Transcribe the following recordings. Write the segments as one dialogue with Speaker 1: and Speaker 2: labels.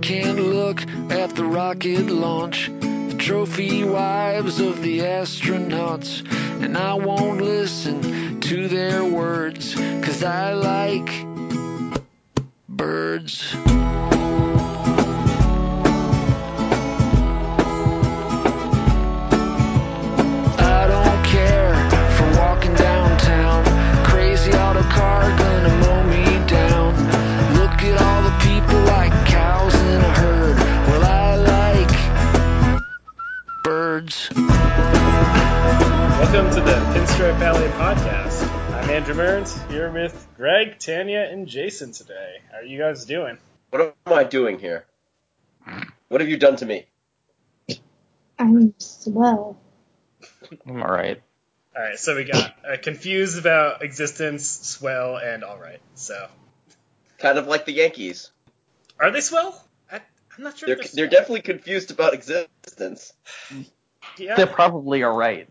Speaker 1: can't look at the rocket launch, the trophy wives of the astronauts, and I won't listen to their words, cause I like birds. I don't care for walking downtown. Crazy auto car gonna mow me down. Look at all the people like cows in a herd. Well, I like birds.
Speaker 2: Welcome to the Pinstripe Alley Podcast. I'm Andrew Mearns, here with Greg, Tanya, and Jason today. How are you guys doing?
Speaker 3: What am I doing here? What have you done to me?
Speaker 4: I'm swell.
Speaker 5: I'm all right.
Speaker 2: All right, so we got uh, confused about existence, swell, and all right. So,
Speaker 3: Kind of like the Yankees.
Speaker 2: are they swell? I, I'm not sure.
Speaker 3: They're,
Speaker 2: if
Speaker 3: they're
Speaker 2: swell.
Speaker 3: definitely confused about existence.
Speaker 2: yeah,
Speaker 5: They're probably all right.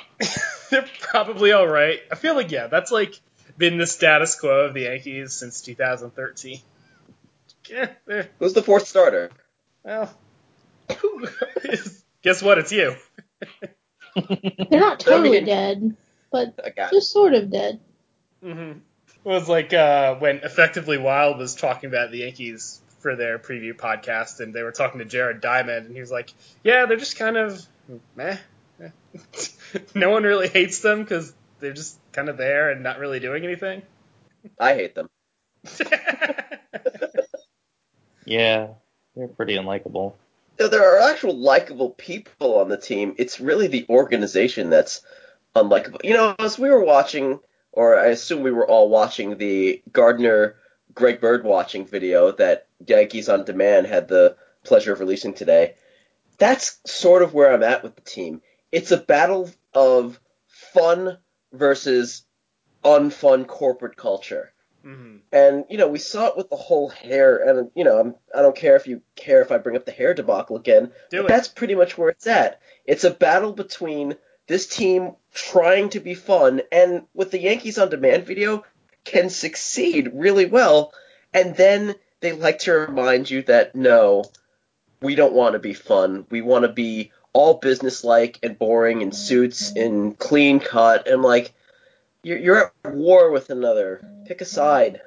Speaker 2: they're probably all right. I feel like yeah, that's like been the status quo of the Yankees since 2013. Yeah, they're-
Speaker 3: Who's the fourth starter?
Speaker 2: well, guess what? It's you.
Speaker 4: They're not
Speaker 3: I mean-
Speaker 4: totally dead, but
Speaker 3: I got it.
Speaker 4: just sort of dead.
Speaker 2: Mm-hmm. It was like uh, when Effectively Wild was talking about the Yankees for their preview podcast, and they were talking to Jared Diamond, and he was like, "Yeah, they're just kind of meh. no one really hates them because they're just kind of there and not really doing anything."
Speaker 3: I hate them.
Speaker 5: Yeah, they're pretty unlikable.
Speaker 3: Though there are actual likable people on the team, it's really the organization that's unlikable. You know, as we were watching, or I assume we were all watching the Gardner Greg Bird watching video that Yankees on Demand had the pleasure of releasing today. That's sort of where I'm at with the team. It's a battle of fun versus unfun corporate culture.
Speaker 2: Mhm.
Speaker 3: And you know, we saw it with the whole hair, and you know, I'm, I don't care if you care if I bring up the hair debacle again.
Speaker 2: Do
Speaker 3: but
Speaker 2: it.
Speaker 3: That's pretty much where it's at. It's a battle between this team trying to be fun, and with the Yankees on Demand video, can succeed really well, and then they like to remind you that no, we don't want to be fun. We want to be all businesslike and boring in suits and clean cut, and like you're, you're at war with another. Pick a side.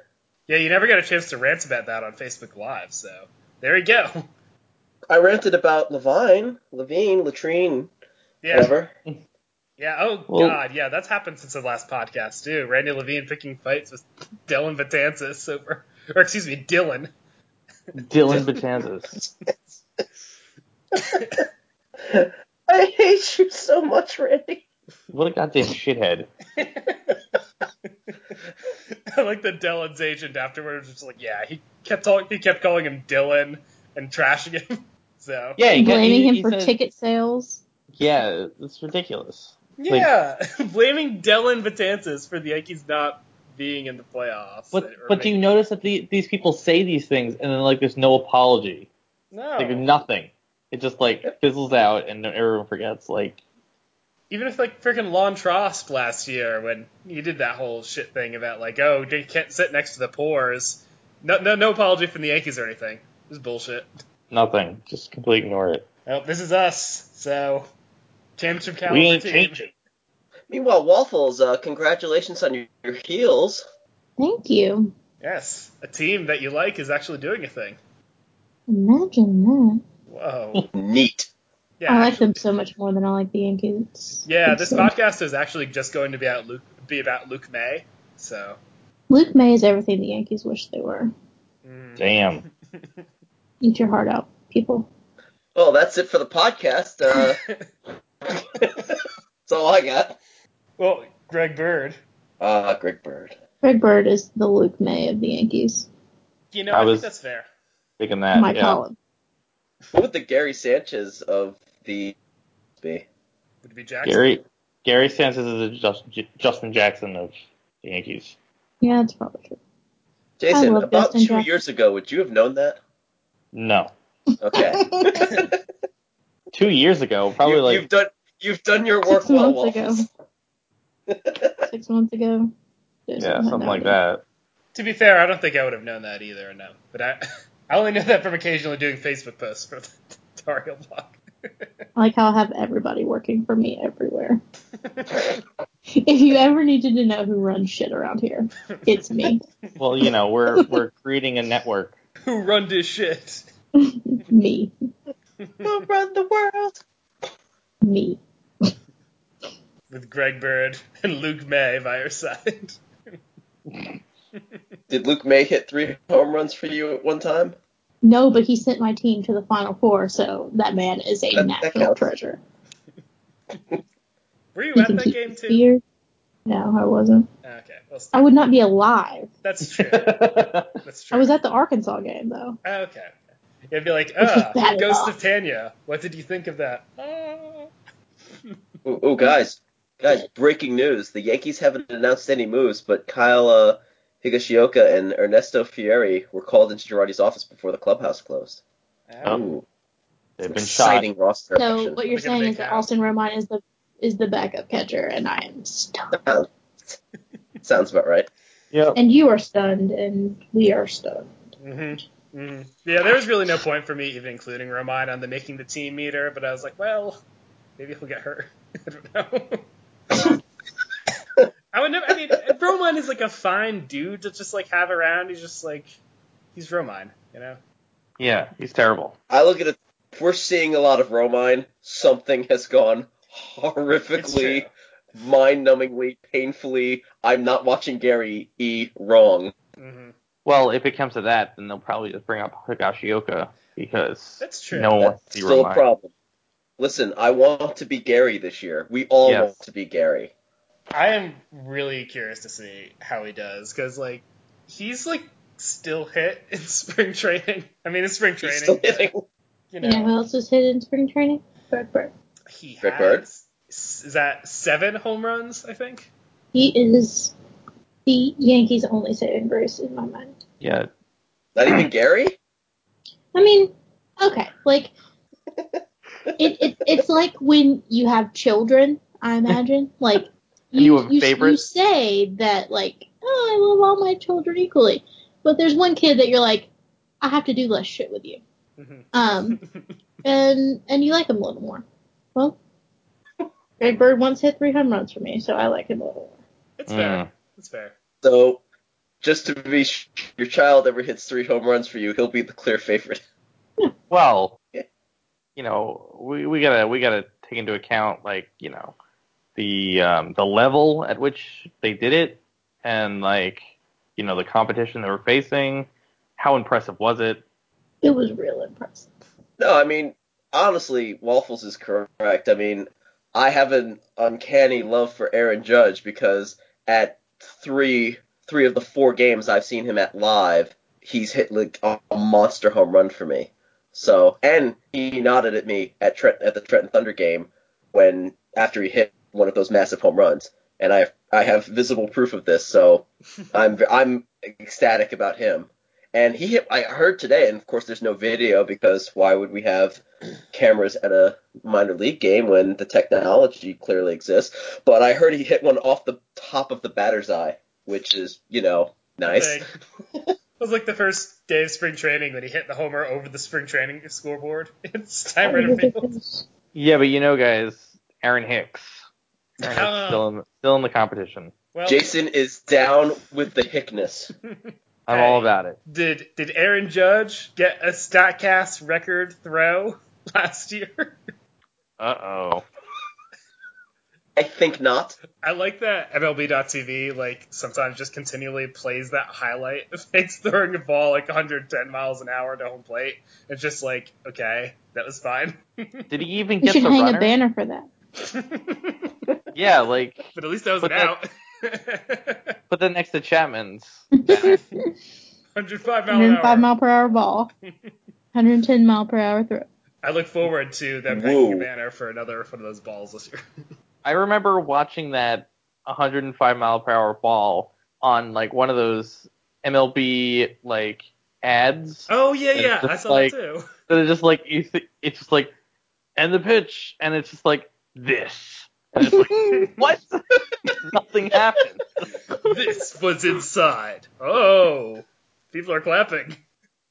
Speaker 2: Yeah, you never got a chance to rant about that on Facebook Live, so there you go.
Speaker 3: I ranted about Levine, Levine, Latrine,
Speaker 2: Yeah,
Speaker 3: whatever.
Speaker 2: yeah. Oh
Speaker 5: Well-
Speaker 2: God, yeah, that's happened since the last podcast too. Randy Levine picking fights with Dylan Batanzas over, or excuse me, Dylan.
Speaker 5: Dylan Betanzas.
Speaker 3: I hate you so much, Randy.
Speaker 5: What a goddamn shithead.
Speaker 2: I like the Dylan's agent afterwards was just like, yeah, he kept talk- he kept calling him Dylan and trashing him. So
Speaker 5: Yeah, he got-
Speaker 4: Blaming
Speaker 5: he-
Speaker 4: him
Speaker 5: he
Speaker 4: for
Speaker 5: said-
Speaker 4: ticket sales.
Speaker 5: Yeah, it's ridiculous.
Speaker 2: yeah, blaming Dylan Batanzas for the Yankees not being in the playoffs.
Speaker 5: But
Speaker 2: Or
Speaker 5: but do you notice that the, these people say these things and then like there's no apology,
Speaker 2: no?
Speaker 5: like nothing. It just like fizzles out and everyone forgets. Like
Speaker 2: Even if like freaking Lon Trost last year when he did that whole shit thing about like, oh, you can't sit next to the poors. No, no, no apology from the Yankees or anything. This is bullshit.
Speaker 5: nothing, just completely ignore it.
Speaker 2: Well, this is us. So championship caliber
Speaker 5: we ain't
Speaker 2: team.
Speaker 5: changing.
Speaker 3: Meanwhile, Waffles, uh, congratulations on your, your heels.
Speaker 4: Thank you.
Speaker 2: Yes, a team that you like is actually doing a thing.
Speaker 4: Imagine that.
Speaker 2: Whoa.
Speaker 3: Neat.
Speaker 2: Yeah.
Speaker 4: I like
Speaker 2: actually-
Speaker 4: them so much more than I like the Yankees.
Speaker 2: yeah,
Speaker 4: It's
Speaker 2: this
Speaker 4: so-
Speaker 2: podcast is actually just going to be out Luke be about Luke May. So
Speaker 4: Luke May is everything the Yankees wish they were.
Speaker 2: mm.
Speaker 5: Damn.
Speaker 4: Eat your heart out, people.
Speaker 3: Well, that's it for the podcast. Uh, that's all I got.
Speaker 2: Well, Greg Bird.
Speaker 3: Ah, Greg Bird.
Speaker 4: Greg Bird is the Luke May of the Yankees.
Speaker 2: You know,
Speaker 5: I
Speaker 2: I, think
Speaker 5: was-
Speaker 2: that's fair.
Speaker 5: Thinking that.
Speaker 4: My
Speaker 5: Uh, yeah.
Speaker 4: column.
Speaker 3: What would the Gary Sanchez of the be?
Speaker 2: Would it be Jackson?
Speaker 5: Gary Gary Sanchez is a Just, J- Justin Jackson of the Yankees.
Speaker 4: Yeah, that's probably true.
Speaker 3: Jason,
Speaker 4: love
Speaker 3: about
Speaker 4: Justin
Speaker 3: two
Speaker 4: Jackson.
Speaker 3: years ago, would you have known that?
Speaker 5: No,
Speaker 3: Okay.
Speaker 5: two years ago, probably
Speaker 3: you,
Speaker 5: like
Speaker 3: have done you've done your work
Speaker 4: Six
Speaker 3: well,
Speaker 4: months ago.
Speaker 3: Waffles.
Speaker 4: Six months ago. Jason
Speaker 5: yeah,
Speaker 4: had no
Speaker 5: something like
Speaker 4: idea.
Speaker 5: that.
Speaker 2: To be fair, I don't think I would have known that either. No, but I I only know that from occasionally doing Facebook posts for the Dario
Speaker 4: I like how I have everybody working for me everywhere.
Speaker 2: blog.
Speaker 4: If you ever needed to know who runs shit around here, it's me.
Speaker 5: Well, you know, we're we're creating a network.
Speaker 2: Who run this shit?
Speaker 4: me.
Speaker 3: We'll run the world.
Speaker 4: Me.
Speaker 2: With Greg Bird and Luke May by our side.
Speaker 3: Did Luke May hit three home runs for you at one time?
Speaker 4: No, but he sent my team to the Final Four, so that man is a
Speaker 3: That- that
Speaker 4: national
Speaker 3: counts.
Speaker 4: treasure.
Speaker 2: Were you
Speaker 4: He
Speaker 2: at
Speaker 4: can
Speaker 2: that
Speaker 4: keep
Speaker 2: game
Speaker 4: his
Speaker 2: too?
Speaker 4: beard. No, I wasn't.
Speaker 2: Okay, well,
Speaker 4: I would not be alive.
Speaker 2: that's true. That's true.
Speaker 4: I was at the Arkansas game though.
Speaker 2: Oh, Okay. It'd be like,
Speaker 4: Which is
Speaker 2: ah,
Speaker 4: bad
Speaker 2: Ghost
Speaker 4: enough.
Speaker 2: of Tanya. What did you think of that? Ah.
Speaker 3: Oh, oh, guys, guys! Breaking news: the Yankees haven't announced any moves, but Kyle uh, Higashioka and Ernesto Fieri were called into Girardi's office before the clubhouse closed.
Speaker 5: Oh,
Speaker 3: Ooh,
Speaker 5: They've been shot.
Speaker 3: exciting roster
Speaker 4: So
Speaker 3: action.
Speaker 4: what you're
Speaker 2: We're gonna
Speaker 4: saying
Speaker 2: make
Speaker 4: is that
Speaker 2: out.
Speaker 4: Austin Romine is the is the backup catcher, and I am stunned.
Speaker 3: Sounds- Sounds about right.
Speaker 5: Yep.
Speaker 4: And you are stunned, and we are stunned.
Speaker 2: Mm-hmm. hmm Yeah, there was really no point for me even including Romine on the making the team meter, but I was like, well, maybe he'll get hurt. I don't know. I would never. I mean, Romine is like a fine dude to just like have around. He's just like, he's Romine, you know.
Speaker 5: Yeah, he's terrible.
Speaker 3: I look at it. If we're seeing a lot of Romine, something has gone
Speaker 2: It's
Speaker 3: horrifically, mind-numbingly, painfully. I'm not watching Gary E. Wrong.
Speaker 2: true. hmm
Speaker 5: Well, if it comes to that, then they'll probably just bring up Higashioka because
Speaker 2: That's true.
Speaker 5: no one wants to
Speaker 3: That's
Speaker 5: see
Speaker 3: still a
Speaker 5: Romine.
Speaker 3: problem. Listen, I want to be Gary this year. We all
Speaker 5: Yes.
Speaker 3: want to be Gary.
Speaker 2: I am really curious to see how he does because like he's like still hit in spring training. I mean, in spring
Speaker 3: He's
Speaker 2: training,
Speaker 3: still
Speaker 2: but,
Speaker 3: hitting.
Speaker 2: you
Speaker 4: You
Speaker 2: know,
Speaker 4: know, who else was hit in spring training? Brad Bird.
Speaker 2: he
Speaker 3: Rick Bird?
Speaker 2: has s- is that seven home runs? I think.
Speaker 4: He is the Yankees' only saving grace in my mind.
Speaker 5: Yeah,
Speaker 3: Not even Gary.
Speaker 4: I mean, okay, like it, it it's like when you have children. I imagine like
Speaker 5: And you have a
Speaker 4: you,
Speaker 5: favorite?
Speaker 4: you say that like oh I love all my children equally, but there's one kid that you're like I have to do less shit with you,
Speaker 2: Mhm.
Speaker 4: um, and and you like him a little more. Well, Greg Bird once hit three home runs for me, so I like him a little more.
Speaker 2: It's
Speaker 5: Mm.
Speaker 2: fair. It's fair.
Speaker 3: So, just to be sure, if your child ever hits three home runs for you, he'll be the clear favorite.
Speaker 5: Well,
Speaker 3: Yeah.
Speaker 5: you know, we, we gotta we gotta take into account like you know the um, the level at which they did it, and like you know the competition they were facing. How impressive was it?
Speaker 4: It was real impressive.
Speaker 3: No, I mean, honestly, Waffles is correct. I mean, I have an uncanny love for Aaron Judge because at three three of the four games I've seen him at live, he's hit like a a monster home run for me. So, and he nodded at me at Trent at the Trenton Thunder game when after he hit one of those massive home runs, and I I have visible proof of this. So, I'm I'm ecstatic about him. And he hit, I heard today, and of course there's no video because why would we have cameras at a minor league game when the technology clearly exists? But I heard he hit one off the top of the batter's eye, which is, you know, nice.
Speaker 2: Thing. It was like the first day of spring training when he hit the homer over the spring training scoreboard. It's time
Speaker 4: Oh.
Speaker 2: right field.
Speaker 5: Yeah, but you know, guys, Aaron Hicks, Aaron Hicks
Speaker 2: Ah.
Speaker 5: still in still in the competition.
Speaker 2: Well,
Speaker 3: Jason is down with the hickness.
Speaker 5: I'm
Speaker 2: Hey.
Speaker 5: all about it.
Speaker 2: did did Aaron Judge get a Statcast record throw last year?
Speaker 5: Uh oh.
Speaker 3: I think not.
Speaker 2: I like that MLB.TV like sometimes just continually plays that highlight of Hanks throwing a ball like 110 miles an hour to home plate. It's just like, okay, that was fine.
Speaker 5: Did he even
Speaker 4: You
Speaker 5: get
Speaker 4: should
Speaker 5: the
Speaker 4: hang
Speaker 5: runner?
Speaker 4: a banner for that.
Speaker 2: but
Speaker 5: Yeah, like
Speaker 2: at least that was
Speaker 5: But
Speaker 2: an out.
Speaker 5: put that next to Chapman's.
Speaker 2: 105 mile an
Speaker 4: 105
Speaker 2: hour.
Speaker 4: mile per hour ball, 110 mile per hour throw.
Speaker 2: I look forward to them
Speaker 3: Whoa.
Speaker 2: hanging a banner for another one of those balls this year.
Speaker 5: I remember watching that 105 mile per hour ball on like one of those MLB like ads.
Speaker 2: Oh yeah,
Speaker 5: And
Speaker 2: yeah,
Speaker 5: it's
Speaker 2: I
Speaker 5: just
Speaker 2: saw
Speaker 5: like-
Speaker 2: that too.
Speaker 5: So it's just like you th- it's just like and the pitch and it's just like this. And it's like what? Nothing happened.
Speaker 2: this was inside. Oh, people are clapping.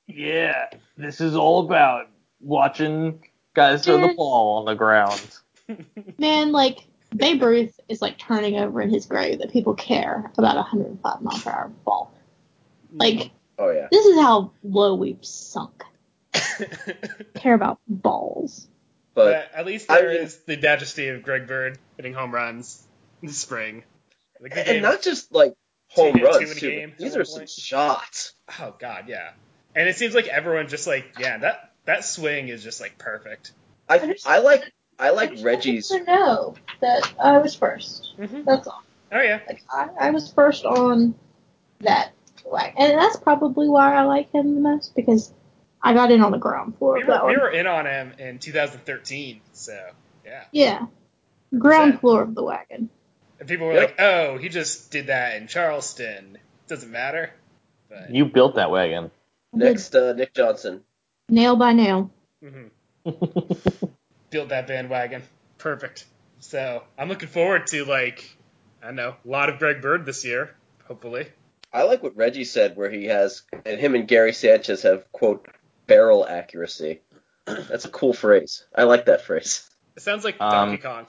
Speaker 5: yeah, this is all about watching guys throw the
Speaker 4: Yeah.
Speaker 5: ball on the ground.
Speaker 4: Man, like Babe Ruth is like turning over in his grave that people care about a 105 mile per hour ball. Like
Speaker 3: Oh yeah.
Speaker 4: this is how low we've sunk. Care about balls.
Speaker 3: But
Speaker 2: at least
Speaker 3: I
Speaker 2: there is
Speaker 3: mean-
Speaker 2: the majesty of Greg Bird hitting home runs in the spring. Like the
Speaker 3: and
Speaker 2: game-
Speaker 3: not just like home
Speaker 2: Two- two in
Speaker 3: runs
Speaker 2: a
Speaker 3: too.
Speaker 2: game
Speaker 3: but
Speaker 2: at
Speaker 3: These
Speaker 2: one
Speaker 3: are some
Speaker 2: point.
Speaker 3: shots.
Speaker 2: oh god, yeah. And it seems like everyone just like yeah that that swing is just like perfect.
Speaker 4: I
Speaker 3: I
Speaker 4: just-
Speaker 3: I like I like Reggie's. Mm-hmm.
Speaker 4: To know that I was 1st
Speaker 2: Mhm.
Speaker 4: That's all.
Speaker 2: Oh yeah,
Speaker 4: Like I, I was first on that flag, and that's probably why I like him the most because I got in on the ground floor
Speaker 2: we
Speaker 4: of that
Speaker 2: were, we
Speaker 4: one.
Speaker 2: were in on him in 2013, so yeah.
Speaker 4: Yeah, ground
Speaker 2: Sad.
Speaker 4: floor of the wagon.
Speaker 2: And people were
Speaker 3: Yep.
Speaker 2: like, oh, he just did that in Charleston. Doesn't matter. But
Speaker 5: You built that wagon.
Speaker 3: Next, uh, Nick Johnson.
Speaker 4: nail by nail.
Speaker 2: mhm. mm-hmm. built that bandwagon. Perfect. So I'm looking forward to like I don't know a lot of Greg Bird this year, hopefully.
Speaker 3: I like what Reggie said, where he has, and him and Gary Sanchez have quote barrel accuracy. That's a cool phrase. I like that phrase.
Speaker 2: It sounds like
Speaker 5: Um,
Speaker 2: Donkey Kong.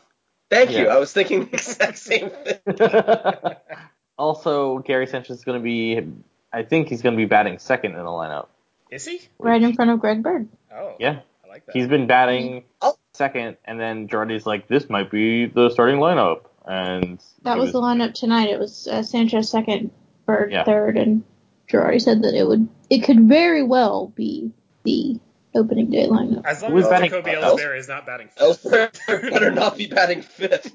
Speaker 3: Thank you.
Speaker 5: Yeah.
Speaker 3: I was thinking the exact same thing.
Speaker 5: also, Gary Sanchez is going to be. I think he's going to be batting second in the lineup.
Speaker 2: Is he?
Speaker 4: Right in front of Greg Bird.
Speaker 2: Oh,
Speaker 5: Yeah,
Speaker 2: I like that.
Speaker 5: he's been batting
Speaker 3: Oh.
Speaker 5: second, and then Girardi's like, "This might be the starting lineup," and
Speaker 4: That
Speaker 5: he
Speaker 4: was the lineup tonight. It was uh, Sanchez second, Bird
Speaker 5: Yeah.
Speaker 4: third, and Girardi said that it would it could very well be the opening day lineup.
Speaker 2: as long
Speaker 5: Who is
Speaker 2: as
Speaker 5: batting-
Speaker 2: Jacoby
Speaker 3: uh,
Speaker 2: Ellsbury is not batting. fifth.
Speaker 3: Ellsbury better not be batting fifth.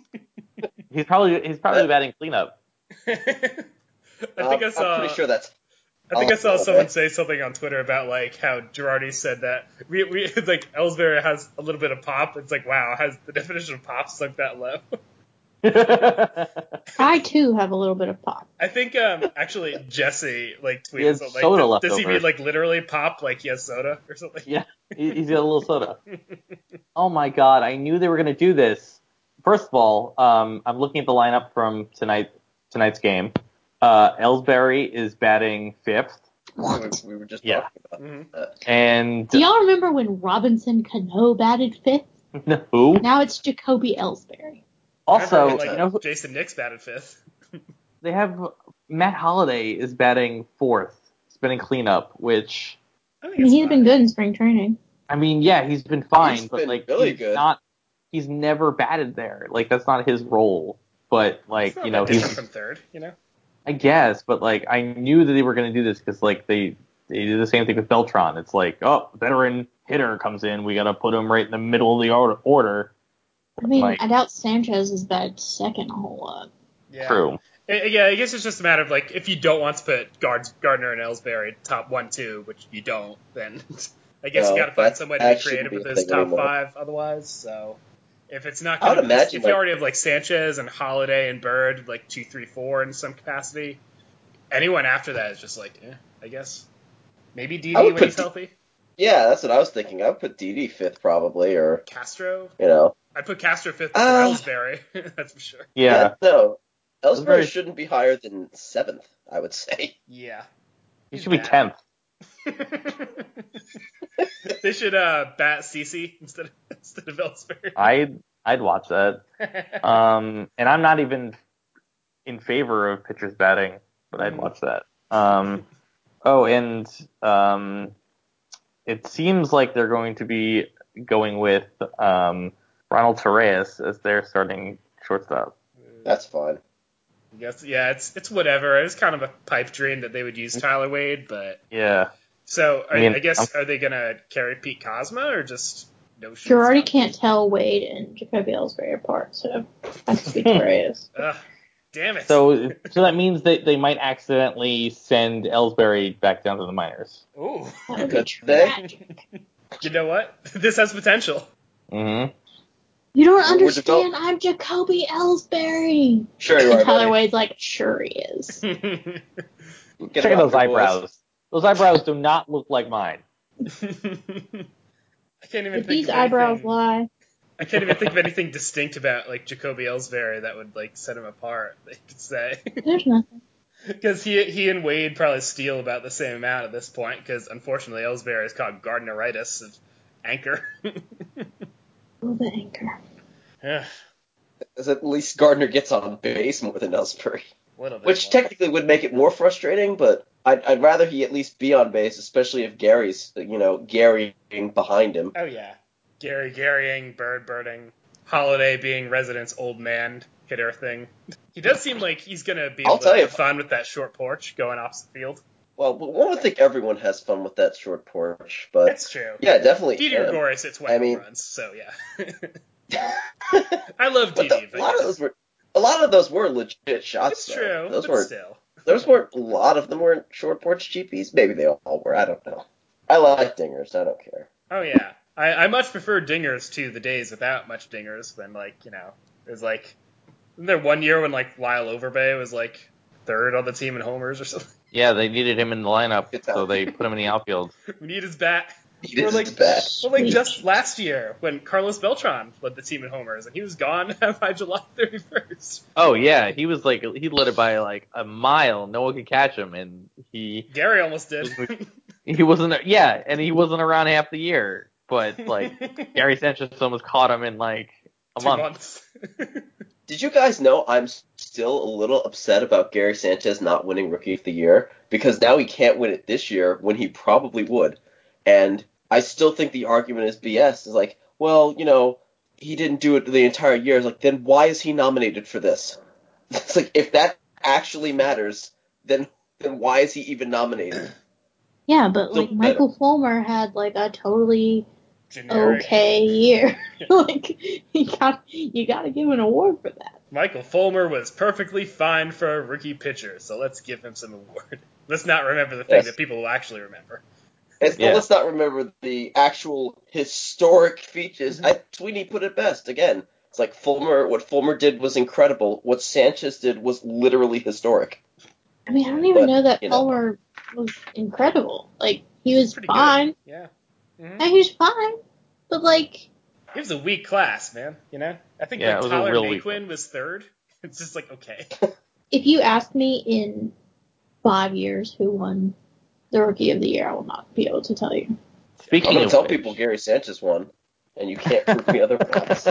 Speaker 5: He's probably he's
Speaker 4: Uh.
Speaker 5: probably batting cleanup.
Speaker 2: I think I saw.
Speaker 3: am Uh, pretty sure that's
Speaker 2: I think I
Speaker 3: I'll-
Speaker 2: saw
Speaker 3: I'll
Speaker 2: someone
Speaker 3: bet.
Speaker 2: say something on Twitter about like how Girardi said that we, we like Ellsbury has a little bit of pop. It's like wow, has the definition of pop sunk that low?
Speaker 4: I too have a little bit of pop.
Speaker 2: I think um actually Jesse like tweeted
Speaker 5: He has
Speaker 2: something, like,
Speaker 5: soda
Speaker 2: does,
Speaker 5: left
Speaker 2: does he
Speaker 5: over.
Speaker 2: mean like literally pop like he has soda or something?
Speaker 5: He- He's got a little soda. Oh my god! I knew they were going to do this. First of all, um, I'm looking at the lineup from tonight tonight's game. Uh, Ellsbury is batting fifth,
Speaker 4: What?
Speaker 3: we, we were just
Speaker 5: Yeah.
Speaker 3: talking about.
Speaker 2: Mhm.
Speaker 5: and
Speaker 4: Do y'all remember when Robinson Cano batted fifth?
Speaker 5: who?
Speaker 4: Now it's Jacoby Ellsbury.
Speaker 5: Also,
Speaker 2: like,
Speaker 5: you know who-
Speaker 2: Jason Nix batted fifth.
Speaker 5: they have Matt Holliday is batting fourth, he's batting cleanup, which
Speaker 2: I think
Speaker 4: And
Speaker 2: it's
Speaker 4: he's
Speaker 2: fine.
Speaker 4: been good in spring training.
Speaker 5: I mean, yeah, he's been fine,
Speaker 3: He's
Speaker 5: but
Speaker 3: been
Speaker 5: like
Speaker 3: really
Speaker 5: he's
Speaker 3: good.
Speaker 5: not he's never batted there. Like that's not his role. But
Speaker 2: It's
Speaker 5: like
Speaker 2: not
Speaker 5: you know
Speaker 2: that different
Speaker 5: he's
Speaker 2: from third, you know.
Speaker 5: I guess, but like I knew that they were going to do this because like they they did the same thing with Beltron. It's like oh, veteran hitter comes in, we got to put him right in the middle of the or- order.
Speaker 4: I mean,
Speaker 5: Like-
Speaker 4: I doubt Sanchez is batted second a whole lot.
Speaker 2: Yeah.
Speaker 5: True.
Speaker 2: I- yeah, I guess it's just a matter of like if you don't want to put guards Gardner and Ellsbury top one two, which you don't, then I guess
Speaker 3: No,
Speaker 2: you got to find
Speaker 3: that-
Speaker 2: some way to
Speaker 3: that
Speaker 2: be
Speaker 3: shouldn't
Speaker 2: creative
Speaker 3: be
Speaker 2: with
Speaker 3: a
Speaker 2: those
Speaker 3: thing
Speaker 2: top
Speaker 3: anymore.
Speaker 2: five. Otherwise, so if it's not,
Speaker 3: I would
Speaker 2: gonna be-
Speaker 3: imagine,
Speaker 2: if
Speaker 3: like-
Speaker 2: you already have like Sanchez and Holiday and Bird, like two, three, four in some capacity, anyone after that is just like, eh, I guess maybe
Speaker 3: I
Speaker 2: DD
Speaker 3: would
Speaker 2: when
Speaker 3: put
Speaker 2: he's
Speaker 3: D-
Speaker 2: healthy,
Speaker 3: Yeah, that's what I was thinking. I would put DD fifth probably, or
Speaker 2: Castro.
Speaker 3: you know,
Speaker 2: I'd put Castro fifth for
Speaker 3: Uh.
Speaker 2: Ellsbury, that's for sure.
Speaker 5: Yeah,
Speaker 3: no, Ellsbury
Speaker 5: Ellsbury-
Speaker 3: shouldn't be higher than seventh. I would say.
Speaker 2: Yeah.
Speaker 5: he
Speaker 2: he's
Speaker 5: should be
Speaker 2: bad.
Speaker 5: tenth.
Speaker 2: they should uh, bat CC instead of, instead of Ellsbury.
Speaker 5: I'd I'd watch that. Um, and I'm not even in favor of pitchers batting, but I'd watch that. Um, oh, and um, it seems like they're going to be going with um, Ronald Torres as their starting shortstop.
Speaker 3: That's fine.
Speaker 2: I guess, yeah, it's it's whatever. It was kind of a pipe dream that they would use Tyler Wade, but
Speaker 5: Yeah,
Speaker 2: so I,
Speaker 5: I mean,
Speaker 2: I guess are they gonna carry Pete Cosma or just no?
Speaker 4: Girardi
Speaker 2: shortstop?
Speaker 4: can't tell Wade and Jacoby Ellsbury apart, so that's to be curious.
Speaker 2: Ugh, damn it.
Speaker 5: so so that means that they might accidentally send Ellsbury back down to the minors.
Speaker 2: Ooh,
Speaker 4: That would be
Speaker 3: Good thing.
Speaker 4: tragic.
Speaker 2: you know what? This has potential.
Speaker 5: Mm-hmm.
Speaker 4: You don't
Speaker 3: We're- we're develop-
Speaker 4: understand. I'm Jacoby Ellsbury.
Speaker 3: Sure you
Speaker 4: And
Speaker 3: are.
Speaker 4: Tyler
Speaker 3: buddy.
Speaker 4: Wade's like, sure he is.
Speaker 3: Get
Speaker 5: Check
Speaker 3: him
Speaker 5: out
Speaker 3: out
Speaker 5: those
Speaker 3: there, boys.
Speaker 5: eyebrows. Those eyebrows do not look like mine.
Speaker 2: I can't even
Speaker 4: If
Speaker 2: think
Speaker 4: these
Speaker 2: of
Speaker 4: eyebrows
Speaker 2: anything.
Speaker 4: lie,
Speaker 2: I can't even think of anything distinct about like Jacoby Ellsbury that would like set him apart. They could say.
Speaker 4: there's nothing.
Speaker 2: Because he he and Wade probably steal about the same amount at this point. Because unfortunately, Ellsbury has caught gardeneritis of anchor.
Speaker 4: Oh, the anchor.
Speaker 2: Yeah,
Speaker 3: As at least Gardner gets on base more than Ellsbury,
Speaker 2: little bit
Speaker 3: which
Speaker 2: more.
Speaker 3: technically would make it more frustrating. But I'd, I'd rather he at least be on base, especially if Gary's you know Gary being behind him.
Speaker 2: Oh yeah, Gary Garying, bird birding, Holiday being residence old man hitter thing. He does seem like he's gonna be
Speaker 3: I'll
Speaker 2: able to
Speaker 3: tell you.
Speaker 2: have fun with that short porch going opposite field.
Speaker 3: Well, but one would think everyone has fun with that short porch, but
Speaker 2: That's true.
Speaker 3: yeah, definitely.
Speaker 2: Didi
Speaker 3: him.
Speaker 2: Gregorius, it's when
Speaker 3: I mean-
Speaker 2: runs, so yeah.
Speaker 3: but
Speaker 2: I love Didi,
Speaker 3: the, a
Speaker 2: but
Speaker 3: lot of
Speaker 2: yeah.
Speaker 3: those were a lot of those were legit shots.
Speaker 2: it's
Speaker 3: though.
Speaker 2: true.
Speaker 3: Those
Speaker 2: but
Speaker 3: weren't
Speaker 2: still.
Speaker 3: those weren't a lot of them weren't short porch GPs. Maybe they all were. I don't know. I like dingers. I don't care.
Speaker 2: Oh yeah, I, I much prefer dingers to the days without much dingers than like you know there's like isn't there one year when like Lyle Overbay was like third on the team in homers or something.
Speaker 5: Yeah, they needed him in the lineup,
Speaker 3: It's
Speaker 5: so
Speaker 3: out.
Speaker 5: they put him in the outfield.
Speaker 2: we need his bat.
Speaker 3: He did
Speaker 2: Or like-
Speaker 3: his best.
Speaker 2: Well, like just last year when Carlos Beltran led the team in homers and he was gone by July 31st.
Speaker 5: Oh yeah, he was like he led it by like a mile. No one could catch him, and he
Speaker 2: Gary almost did.
Speaker 5: he wasn't. Yeah, and he wasn't around half the year. But like Gary Sanchez almost caught him in like a
Speaker 2: Two
Speaker 5: month.
Speaker 2: months.
Speaker 3: Did you guys know I'm still a little upset about Gary Sanchez not winning Rookie of the Year because now he can't win it this year when he probably would. And I still think the argument is BS. Is like, well, you know, he didn't do it the entire year. It's like, then why is he nominated for this? It's like if that actually matters, then then why is he even nominated?
Speaker 4: Yeah, but
Speaker 3: So
Speaker 4: like Michael Fulmer had like a totally
Speaker 2: Generic.
Speaker 4: okay year. like you got you got to give an award for that.
Speaker 2: Michael Fulmer was perfectly fine for a rookie pitcher, so let's give him some award. Let's not remember the thing
Speaker 3: Yes.
Speaker 2: that people will actually remember.
Speaker 3: It's,
Speaker 5: Yeah.
Speaker 3: Let's not remember the actual historic features. I, Sweeney put it best again. It's like Fulmer. What Fulmer did was incredible. What Sanchez did was literally historic.
Speaker 4: I mean, I don't even
Speaker 3: But,
Speaker 4: know that
Speaker 3: you know.
Speaker 4: Fulmer was incredible. Like he was
Speaker 2: Pretty good.
Speaker 4: fine.
Speaker 2: Yeah. Mhm.
Speaker 4: Yeah, he was fine, but like
Speaker 2: It was a weak class, man. You know, I think
Speaker 5: Yeah, it
Speaker 2: like
Speaker 5: was a
Speaker 2: Tyler
Speaker 5: real weak
Speaker 2: Naquin was third. It's just like okay,
Speaker 4: if you ask me in five years who won the Rookie of the Year, I will not be able to tell you.
Speaker 3: I'm
Speaker 5: Speaking
Speaker 3: gonna
Speaker 5: of
Speaker 3: tell
Speaker 5: which-
Speaker 3: people Gary Sanchez won, and you can't prove me otherwise.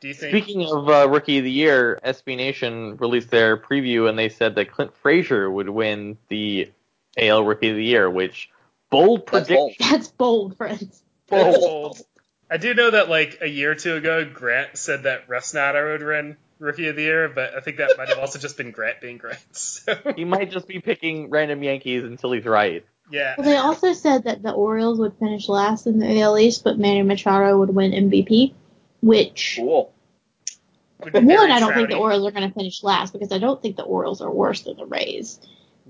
Speaker 2: do you think?
Speaker 5: Speaking of uh, rookie of the year, SB Nation released their preview and they said that Clint Frazier would win the AL rookie of the year, which bold
Speaker 3: That's
Speaker 5: prediction.
Speaker 4: That's bold, friends.
Speaker 2: That's
Speaker 5: Bold.
Speaker 2: bold. I do know that like a year or two ago, Grant said that Russ Nader would win Rookie of the Year, but I think that might have also just been Grant being Grant. So
Speaker 5: He might just be picking random Yankees until he's right.
Speaker 2: yeah,
Speaker 4: Well, they also said that the Orioles would finish last in the AL East, but Manny Machado would win MVP, which
Speaker 3: Cool.
Speaker 2: Would be
Speaker 4: one,
Speaker 2: very
Speaker 4: I don't think the
Speaker 2: trouty.
Speaker 4: Orioles are going to finish last because I don't think the Orioles are worse than the Rays,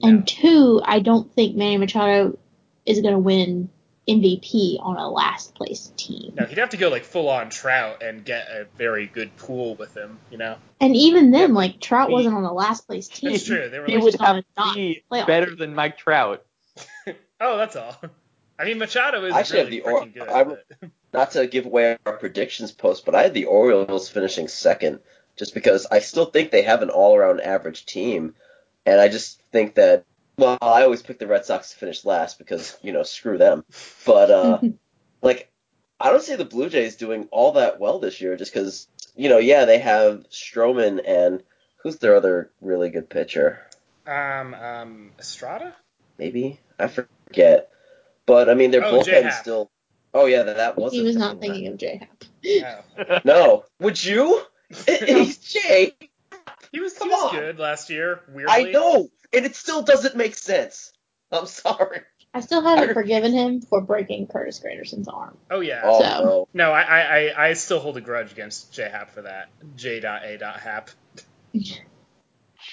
Speaker 2: No.
Speaker 4: and two, I don't think Manny Machado is going to win MVP on a last place team.
Speaker 2: No, he'd have to go like full on Trout and get a very good pool with him. You know,
Speaker 4: And even then,
Speaker 5: Yeah,
Speaker 4: like Trout
Speaker 5: he-
Speaker 4: wasn't on the last place team.
Speaker 2: that's true. They were
Speaker 5: He
Speaker 2: like,
Speaker 4: He's
Speaker 5: would
Speaker 4: just on
Speaker 5: have
Speaker 4: a
Speaker 5: to be
Speaker 4: non-playoff
Speaker 5: better
Speaker 4: team.
Speaker 5: than Mike Trout.
Speaker 2: oh, that's all. I mean, Machado is
Speaker 3: I actually
Speaker 2: really
Speaker 3: have the Or-
Speaker 2: freaking good.
Speaker 3: I-
Speaker 2: but-
Speaker 3: Not to give away our predictions post, but I had the Orioles finishing second, just because I still think they have an all-around average team, and I just think that. Well, I always pick the Red Sox to finish last because you know screw them, but. uh like I don't see the Blue Jays doing all that well this year, just because you know, yeah, they have Stroman and who's their other really good pitcher?
Speaker 2: Um, um, Estrada.
Speaker 3: Maybe I forget, but I mean their
Speaker 2: Oh,
Speaker 3: bullpen
Speaker 2: J-Hap.
Speaker 3: still. Oh yeah, that, that was.
Speaker 4: he
Speaker 3: a
Speaker 4: was
Speaker 3: thing.
Speaker 4: not thinking of J Hap.
Speaker 2: Oh.
Speaker 3: No, would you? He's Jay.
Speaker 2: He was, he
Speaker 3: Come
Speaker 2: was
Speaker 3: on.
Speaker 2: good last year. Weirdly,
Speaker 3: I know, and it still doesn't make sense. I'm sorry.
Speaker 4: I still haven't forgiven him for breaking Curtis Granderson's arm.
Speaker 2: Oh yeah.
Speaker 3: Oh
Speaker 4: So-
Speaker 3: no.
Speaker 2: No, I, I, I, I still hold a grudge against J Hap for that. J dot A dot Hap.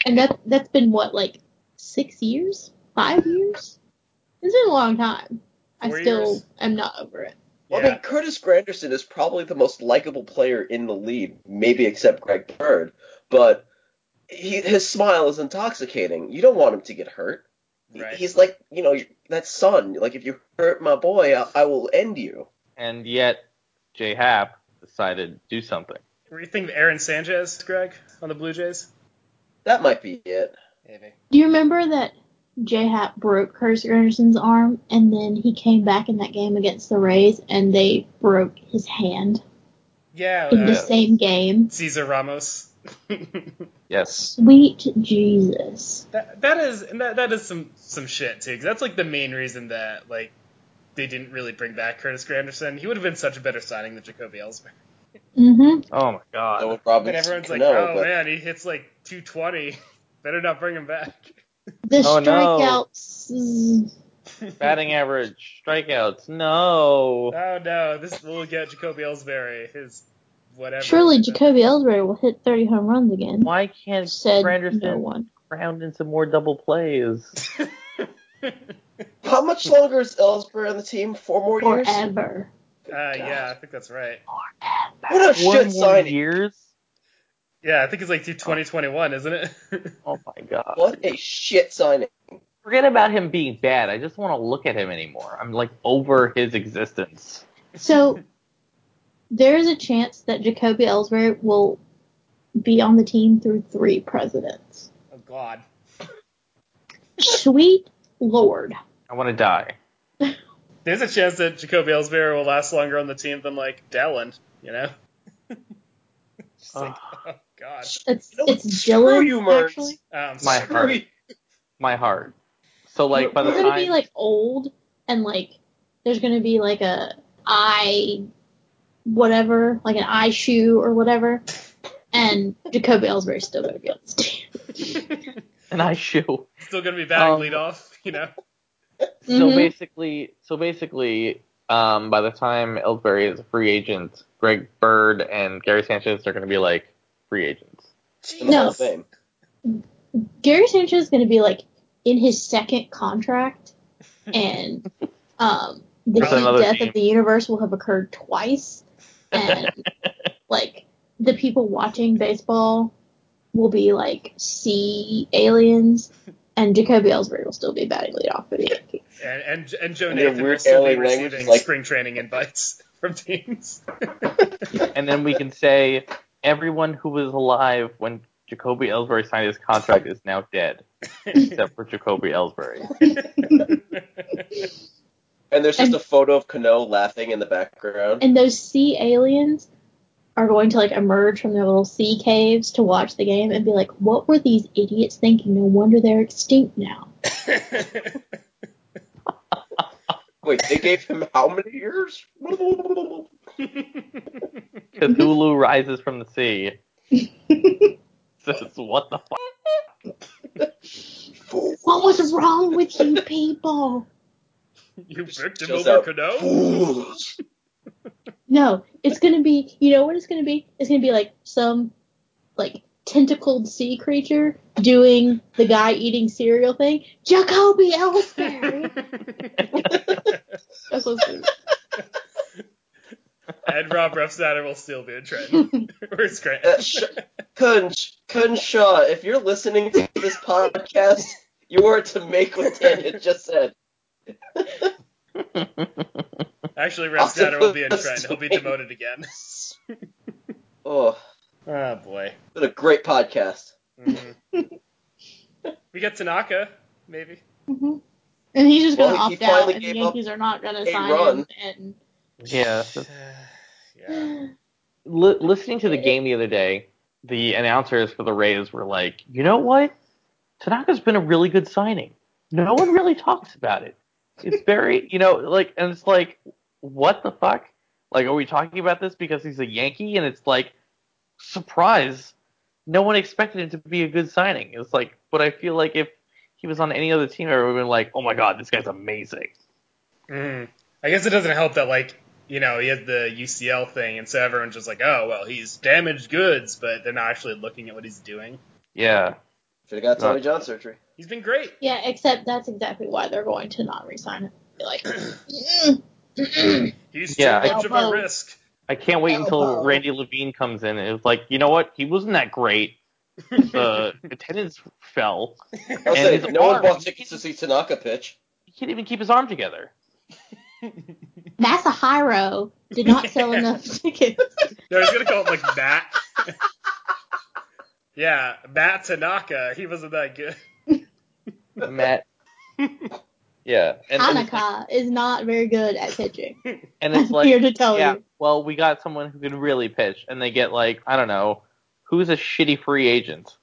Speaker 4: And that that's been what like six years, five years. It's been a long time. I
Speaker 2: Four
Speaker 4: still
Speaker 2: years.
Speaker 4: am not over it.
Speaker 3: Well, I
Speaker 2: Yeah.
Speaker 3: mean, Curtis Granderson is probably the most likable player in the league, maybe except Greg Bird, but he, his smile is intoxicating. You don't want him to get hurt.
Speaker 2: Right.
Speaker 3: He's like, you know, that son. Like, if you hurt my boy, I, I will end you.
Speaker 5: And yet, J Hap decided to do something.
Speaker 2: Were you thinking of Aaron Sanchez, Greg, on the Blue Jays?
Speaker 3: That might be it.
Speaker 2: Maybe.
Speaker 4: Do you remember that J Hap broke Curtis Granderson's arm and then he came back in that game against the Rays and they broke his hand
Speaker 2: Yeah,
Speaker 4: in the
Speaker 2: uh,
Speaker 5: Yes.
Speaker 4: same game?
Speaker 2: Cesar Ramos.
Speaker 5: Yes.
Speaker 4: Sweet Jesus.
Speaker 2: That, that is and that, that is some some shit too. 'cause that's like the main reason that like they didn't really bring back Curtis Granderson. He would have been such a better signing than Jacoby Ellsbury.
Speaker 4: Mm-hmm.
Speaker 3: No
Speaker 5: Oh my
Speaker 3: one
Speaker 5: god.
Speaker 3: probably
Speaker 2: And everyone's like,
Speaker 3: no,
Speaker 2: oh
Speaker 3: but
Speaker 2: man, he hits like 220. Better not bring him back.
Speaker 4: The
Speaker 5: Oh, no.
Speaker 4: strikeouts. is-
Speaker 5: Batting average, strikeouts. No.
Speaker 2: Oh no, this will get Jacoby Ellsbury his whatever.
Speaker 4: Surely Jacoby Ellsbury will hit 30 home runs again.
Speaker 5: Why can't
Speaker 4: Said
Speaker 5: Granderson
Speaker 4: no one.
Speaker 5: round into more double plays?
Speaker 3: how much longer is Ellsbury on the team? Four more years?
Speaker 4: Forever.
Speaker 2: Uh, yeah, I think that's right.
Speaker 3: What a
Speaker 5: Four
Speaker 3: shit
Speaker 5: more
Speaker 3: signing!
Speaker 5: years?
Speaker 2: Yeah, I think it's like through 2021, isn't it?
Speaker 5: Oh my god.
Speaker 3: What a shit signing!
Speaker 5: Forget about him being bad. I just want to look at him anymore. I'm like over his existence.
Speaker 4: So there is a chance that Jacoby Ellsbury will be on the team through three presidents.
Speaker 2: oh god.
Speaker 4: Sweet Lord.
Speaker 5: I want to die.
Speaker 2: There's a chance that Jacoby Ellsbury will last longer on the team than like Dylan, you know? Just like,
Speaker 3: Uh,
Speaker 2: oh god.
Speaker 4: It's
Speaker 3: You know what?
Speaker 4: it's
Speaker 3: Screw
Speaker 4: Dylan
Speaker 3: you, Mertz.
Speaker 4: actually.
Speaker 2: Um,
Speaker 5: My
Speaker 2: so-
Speaker 5: heart. My heart. So like by the
Speaker 4: we're gonna
Speaker 5: time
Speaker 4: be like old and like there's gonna be like a eye whatever, like an eye shoe or whatever. And Jacoby Ellsbury's still gonna be on the team.
Speaker 5: and I shoe.
Speaker 2: still gonna be batting
Speaker 5: Um,
Speaker 2: leadoff, you know?
Speaker 5: So
Speaker 4: Mhm.
Speaker 5: basically, so basically, um, by the time Ellsbury is a free agent, Greg Bird and Gary Sanchez are going to be like free agents.
Speaker 3: In the Hall
Speaker 4: No.
Speaker 3: of Fame.
Speaker 4: Gary Sanchez is going to be like in his second contract, and um, the
Speaker 5: That's
Speaker 4: heat
Speaker 5: another
Speaker 4: death
Speaker 5: team.
Speaker 4: of the universe will have occurred twice, and like the people watching baseball will be like sea aliens, and Jacoby Ellsbury will still be batting leadoff for the Yankees.
Speaker 2: And and, and Joe
Speaker 3: And your
Speaker 2: Nathan will
Speaker 3: weird
Speaker 2: still be
Speaker 3: alien language
Speaker 2: receiving
Speaker 3: is like-
Speaker 2: spring training invites from teams.
Speaker 5: and then we can say everyone who was alive when Jacoby Ellsbury signed his contract is now dead, except for Jacoby Ellsbury.
Speaker 3: And there's just
Speaker 4: And-
Speaker 3: a photo of Cano laughing in the background.
Speaker 4: And those sea aliens are going to like emerge from their little sea caves to watch the game and be like, "What were these idiots thinking? No wonder they're extinct now."
Speaker 3: Wait, they gave him how many years?
Speaker 5: Cthulhu rises from the sea. Says what the fuck?
Speaker 3: Fool.
Speaker 4: What was wrong with you people?
Speaker 2: you picked him
Speaker 3: Just
Speaker 2: over
Speaker 3: out.
Speaker 2: Cano?
Speaker 3: Fools.
Speaker 4: No, it's gonna be. You know what it's gonna be? It's gonna be like some like tentacled sea creature doing the guy eating cereal thing. Jacoby Ellsbury. That's what's gonna
Speaker 2: and Rob Refsnyder will still be in Trenton. or
Speaker 3: Uh,
Speaker 2: Scranton.
Speaker 3: Sh- Kunj, Kunshaw, if you're listening to this podcast, you are to make what Tanya just said.
Speaker 2: Actually, Refsnyder will be in Trenton. He'll be demoted again.
Speaker 3: Oh,
Speaker 2: Oh boy.
Speaker 3: what a great podcast.
Speaker 2: Mhm. we get Tanaka, maybe.
Speaker 4: be. Mhm. And he's just gonna
Speaker 3: Well, he
Speaker 4: opt out,
Speaker 3: finally
Speaker 4: and the
Speaker 3: gave up
Speaker 4: Yankees are not gonna
Speaker 3: a
Speaker 4: sign
Speaker 3: run.
Speaker 4: him.
Speaker 5: Yeah.
Speaker 2: yeah.
Speaker 5: Li- listening to the game the other day, the announcers for the Rays were like, you know what? Tanaka's been a really good signing. No one really talks about it. It's very, you know, like, and it's like, what the fuck? Like, are we talking about this because he's a Yankee? And it's like, surprise. No one expected it to be a good signing. It's like, but I feel like if he was on any other team, everyone would have been like, oh my god, this guy's amazing.
Speaker 2: Mm. I guess it doesn't help that like you know he had the UCL thing, and so everyone's just like, oh well, he's damaged goods, but they're not actually looking at what he's doing.
Speaker 5: Yeah.
Speaker 3: Should have got Tommy John surgery.
Speaker 2: He's been great.
Speaker 4: Yeah, except that's exactly why they're going to not resign him. Be like, "Mm, mm-mm."
Speaker 2: He's
Speaker 5: Yeah,
Speaker 2: too
Speaker 5: I-
Speaker 2: much of a
Speaker 4: Elbow.
Speaker 2: risk.
Speaker 5: I can't wait until
Speaker 4: Elbow.
Speaker 5: Randy Levine comes in and it's like, you know what? He wasn't that great. The attendance fell.
Speaker 3: I'll
Speaker 5: And
Speaker 3: say,
Speaker 5: his
Speaker 3: no one
Speaker 5: arm.
Speaker 3: bought tickets to see Tanaka pitch.
Speaker 5: He can't even keep his arm together.
Speaker 4: that's a high row. Did not sell enough tickets.
Speaker 2: No, he's gonna call him like Matt. yeah, Matt Tanaka. He wasn't that good.
Speaker 5: Matt. yeah, and, and it's like-
Speaker 4: Annika is not very good at pitching.
Speaker 5: and
Speaker 4: I'm
Speaker 5: it's like
Speaker 4: here to tell
Speaker 5: yeah,
Speaker 4: you.
Speaker 5: well, we got someone who can really pitch, and they get like I don't know, who's a shitty free agent?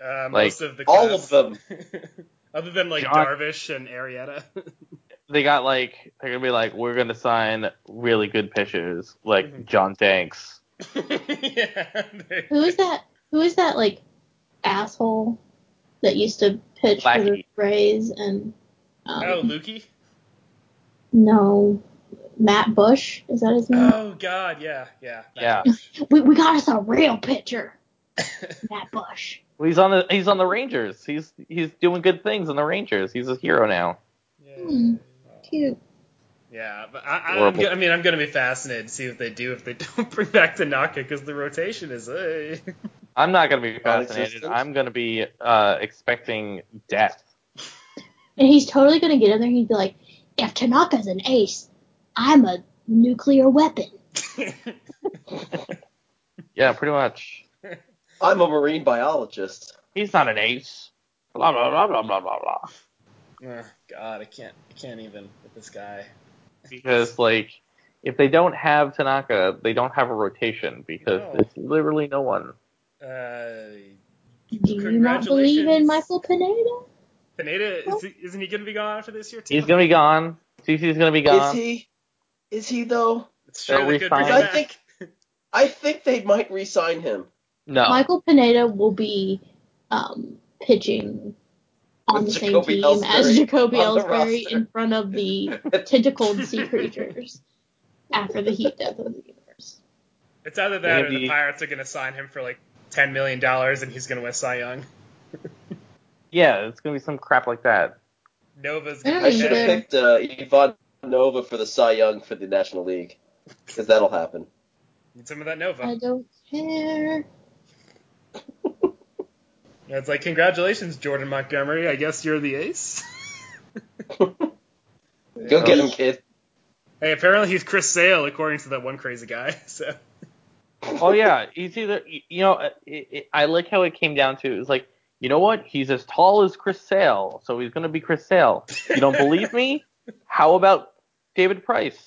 Speaker 2: Uh,
Speaker 5: Like,
Speaker 2: most of the
Speaker 3: all
Speaker 2: class.
Speaker 3: of
Speaker 2: Other than like
Speaker 5: John-
Speaker 2: Darvish and Arietta.
Speaker 5: They got like they're gonna be like we're gonna sign really good pitchers like
Speaker 2: Mhm.
Speaker 5: John Danks.
Speaker 2: yeah. they-
Speaker 4: Who is that? Who is that like asshole that used to pitch for the
Speaker 5: Blackie.
Speaker 4: Rays and um,
Speaker 2: Oh, Lukey?
Speaker 4: no Matt Bush is that his name?
Speaker 2: Oh, God, yeah, yeah.
Speaker 5: Yeah,
Speaker 4: we we got us a real pitcher, Matt Bush.
Speaker 5: Well, he's on the he's on the Rangers. He's he's doing good things in the Rangers. He's a hero now.
Speaker 2: Yeah.
Speaker 4: Hmm. Cute.
Speaker 2: Yeah, but I, I, I'm
Speaker 5: Horrible.
Speaker 2: go- I mean, I'm going to be fascinated to see what they do if they don't bring back Tanaka because the rotation is. Uh,
Speaker 5: I'm not gonna be fascinated.
Speaker 3: Non-existent.
Speaker 5: I'm gonna be uh, expecting death.
Speaker 4: And he's totally gonna get in there. and He'd be like, if Tanaka's an ace, I'm a nuclear weapon.
Speaker 5: Yeah, pretty much.
Speaker 3: I'm a marine biologist.
Speaker 5: He's not an ace. Blah blah blah blah blah blah blah.
Speaker 2: oh, God, I can't, I can't even with this guy.
Speaker 5: because like if they don't have Tanaka, they don't have a rotation because
Speaker 2: No.
Speaker 5: it's literally no one.
Speaker 2: Uh,
Speaker 4: Do you not believe in
Speaker 2: Congratulations.
Speaker 4: Michael Pineda?
Speaker 2: Pineda, is he, isn't he going to be gone after this year too?
Speaker 5: He's gonna be gone. CC's gonna be gone.
Speaker 3: Is he? Is he though?
Speaker 2: It's surely good
Speaker 5: They'll
Speaker 2: to
Speaker 5: resign.
Speaker 2: come
Speaker 3: I
Speaker 2: back.
Speaker 3: think- I think they might re-sign him. Oh.
Speaker 5: No.
Speaker 4: Michael Pineda will be um, pitching on
Speaker 3: With
Speaker 4: the same
Speaker 3: Jacoby
Speaker 4: team
Speaker 3: Ellsbury
Speaker 4: as Jacoby
Speaker 3: on the
Speaker 4: Ellsbury
Speaker 3: roster.
Speaker 4: in front of the tentacled sea creatures after the heat death of the universe.
Speaker 2: It's either that or the
Speaker 5: Maybe.
Speaker 2: Pirates are going to sign him for like ten million dollars, and he's going to win Cy Young.
Speaker 5: Yeah, it's gonna be some crap like that.
Speaker 2: Nova's
Speaker 4: I
Speaker 2: going
Speaker 4: don't
Speaker 3: I
Speaker 2: to
Speaker 4: even
Speaker 3: should have
Speaker 4: Sure.
Speaker 3: picked uh, Ivan Nova for the Cy Young for the National League, because that'll happen.
Speaker 2: Need some of that Nova.
Speaker 4: I don't care.
Speaker 2: Yeah, It's like congratulations, Jordan Montgomery. I guess you're the ace.
Speaker 3: Go get him, kid.
Speaker 2: hey, apparently he's Chris Sale, according to that one crazy guy. So
Speaker 5: oh yeah, he's either you know uh, it, it, I like how it came down to it's like you know what he's as tall as Chris Sale, so he's gonna be Chris Sale. You don't believe me? How about David Price?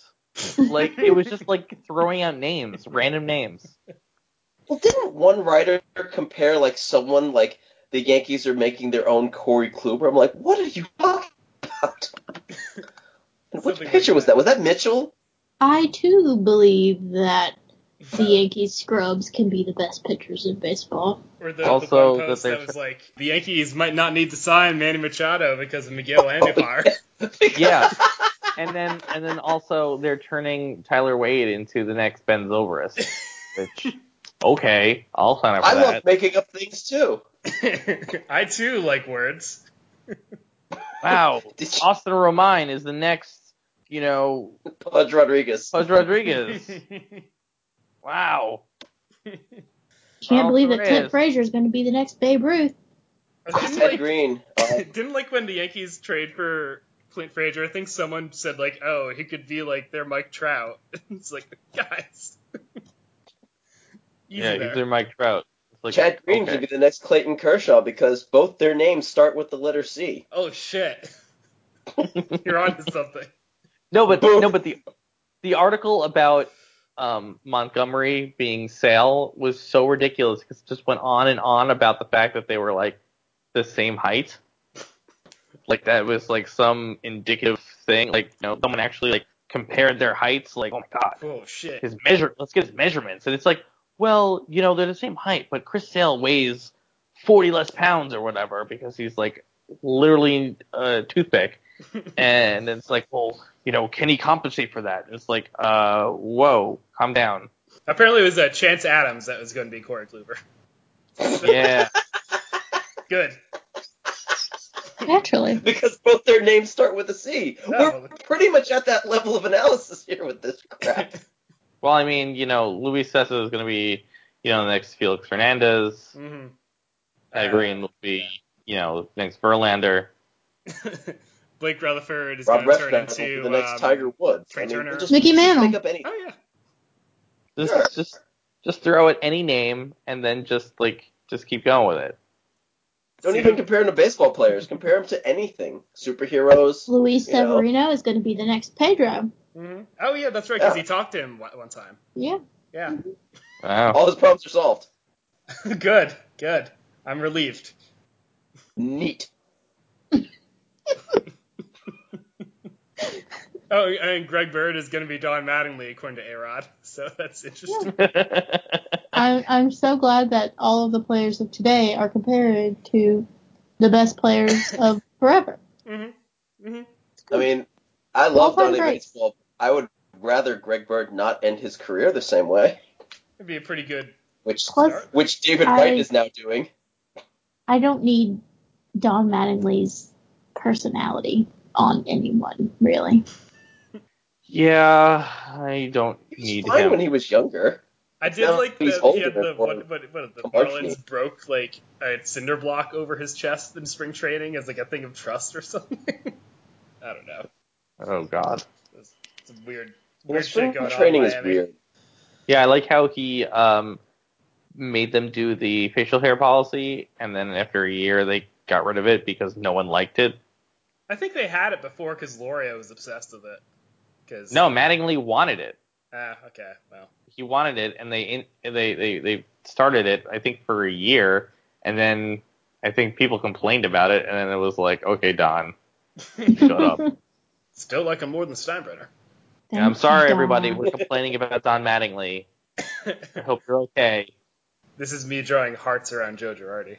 Speaker 5: Like it was just like throwing out names, random names.
Speaker 3: Well, didn't one writer compare like someone like the Yankees are making their own Corey Kluber? I'm like, what are you talking about? And which
Speaker 2: Something like
Speaker 3: pitcher was
Speaker 2: that.
Speaker 3: that? Was that Mitchell?
Speaker 4: I too believe that the Yankees scrubs can be the best pitchers in baseball.
Speaker 2: Or the,
Speaker 5: Also,
Speaker 2: the one post
Speaker 5: that
Speaker 2: that,
Speaker 5: they're-
Speaker 2: was like, the Yankees might not need to sign Manny Machado because of Miguel Andujar.
Speaker 5: Yeah. and then and then also they're turning Tyler Wade into the next Ben Zobrist, which okay, I'll sign up for
Speaker 3: I
Speaker 5: that.
Speaker 3: love making up things too.
Speaker 2: I too like words.
Speaker 5: wow,
Speaker 3: Did you,
Speaker 5: Austin Romine is the next, you know,
Speaker 3: Pudge Rodriguez.
Speaker 5: Pudge Rodriguez. wow.
Speaker 4: Can't
Speaker 3: Oh,
Speaker 5: Well,
Speaker 4: believe
Speaker 5: there
Speaker 4: that
Speaker 5: it
Speaker 4: Clint
Speaker 5: is.
Speaker 4: Frazier is going to be the next Babe Ruth.
Speaker 2: Didn't
Speaker 3: Ted
Speaker 2: like,
Speaker 3: Green. Uh,
Speaker 2: didn't like when the Yankees trade for Clint Frazier. I think someone said like, oh, he could be like their Mike Trout. it's like, guys. Easy
Speaker 5: yeah,
Speaker 2: there.
Speaker 5: he's their Mike Trout. It's like,
Speaker 3: Chad Green
Speaker 5: okay.
Speaker 3: could be the next Clayton Kershaw because both their names start with the letter C.
Speaker 2: Oh shit. You're onto something.
Speaker 5: No, but
Speaker 3: Boom.
Speaker 5: no, but the the article about um, Montgomery being Sale was so ridiculous because it just went on and on about the fact that they were like the same height. Like that was like some indicative thing. Like you know, someone actually like compared their heights. Like oh my god,
Speaker 2: Oh shit.
Speaker 5: his measure. Let's get his measurements. And it's like, well, you know, they're the same height, but Chris Sale weighs forty less pounds or whatever because he's like literally a toothpick. and it's like, well, you know, can he compensate for that? It's like, uh, whoa, calm down.
Speaker 2: Apparently it was uh, Chance Adams that was going to be Corey Kluber.
Speaker 5: Yeah,
Speaker 2: Good.
Speaker 4: Naturally.
Speaker 3: Because both their names start with a C.
Speaker 2: Oh.
Speaker 3: We're pretty much at that level of analysis here with this crap.
Speaker 5: well, I mean, you know, Luis Cessa is going to be, you know, the next Felix Fernandez.
Speaker 2: hmm
Speaker 5: I agree, and will be, you know, the next Verlander.
Speaker 2: Blake Rutherford is
Speaker 3: Rob
Speaker 2: going to turn
Speaker 3: Refsnyder will
Speaker 2: into
Speaker 3: be the next
Speaker 2: um,
Speaker 3: Tiger Woods.
Speaker 2: Trey Turner.
Speaker 3: just
Speaker 4: Mickey Mantle.
Speaker 3: Pick up any.
Speaker 2: Oh yeah.
Speaker 5: Just,
Speaker 3: Sure.
Speaker 5: just, just throw at any name, and then just like, just keep going with it.
Speaker 3: Don't
Speaker 2: See?
Speaker 3: even compare him to baseball players. Compare him to anything. Superheroes.
Speaker 4: Luis
Speaker 3: You know.
Speaker 4: Severino is going to be the next Pedro.
Speaker 2: Mhm. Oh yeah, that's right. Because
Speaker 3: Yeah.
Speaker 2: he talked to him one one time.
Speaker 4: Yeah.
Speaker 2: Yeah.
Speaker 5: Wow.
Speaker 3: All his problems are solved.
Speaker 2: good. Good. I'm relieved.
Speaker 3: Neat.
Speaker 2: Oh, and Greg Bird is going to be Don Mattingly according to Arod. So that's interesting.
Speaker 4: I'm, I'm so glad that all of the players of today are compared to the best players of forever.
Speaker 2: hmm hmm
Speaker 3: I mean, I love
Speaker 4: All-time
Speaker 3: Donny
Speaker 4: greats.
Speaker 3: Baseball. I would rather Greg Bird not end his career the same way,
Speaker 2: It'd be a pretty good.
Speaker 3: which
Speaker 4: Plus,
Speaker 3: which David
Speaker 4: I-
Speaker 3: Wright is now doing.
Speaker 4: I don't need Don Mattingly's personality on anyone, really.
Speaker 5: yeah, I don't
Speaker 3: He was
Speaker 5: need
Speaker 3: fine
Speaker 5: him.
Speaker 3: when he was younger.
Speaker 2: I did
Speaker 3: Now
Speaker 2: like
Speaker 3: he's
Speaker 2: the he
Speaker 3: older
Speaker 2: had the
Speaker 3: or
Speaker 2: what what, what the
Speaker 3: marginal.
Speaker 2: Marlins broke like a cinder block over his chest in spring training as like a thing of trust or something. I don't know.
Speaker 5: Oh God.
Speaker 2: It's a weird
Speaker 3: You know,
Speaker 2: weird
Speaker 3: spring
Speaker 2: shit going
Speaker 3: training
Speaker 2: on. in
Speaker 3: is
Speaker 2: Miami.
Speaker 3: weird.
Speaker 5: Yeah, I like how he um made them do the facial hair policy, and then after a year they got rid of it because no one liked it.
Speaker 2: I think they had it before because Loria was obsessed with it. 'Cause-
Speaker 5: No, Mattingly wanted it.
Speaker 2: Ah, okay. Well.
Speaker 5: He wanted it, and they in, they they they started it. I think for a year, and then I think people complained about it, and then it was like, okay, Don, shut up.
Speaker 2: Still like him more than Steinbrenner.
Speaker 5: Yeah, I'm
Speaker 4: Thank
Speaker 5: sorry,
Speaker 4: you,
Speaker 5: everybody.
Speaker 4: Don.
Speaker 5: We're complaining about Don Mattingly. I hope you're okay.
Speaker 2: This is me drawing hearts around Joe Girardi.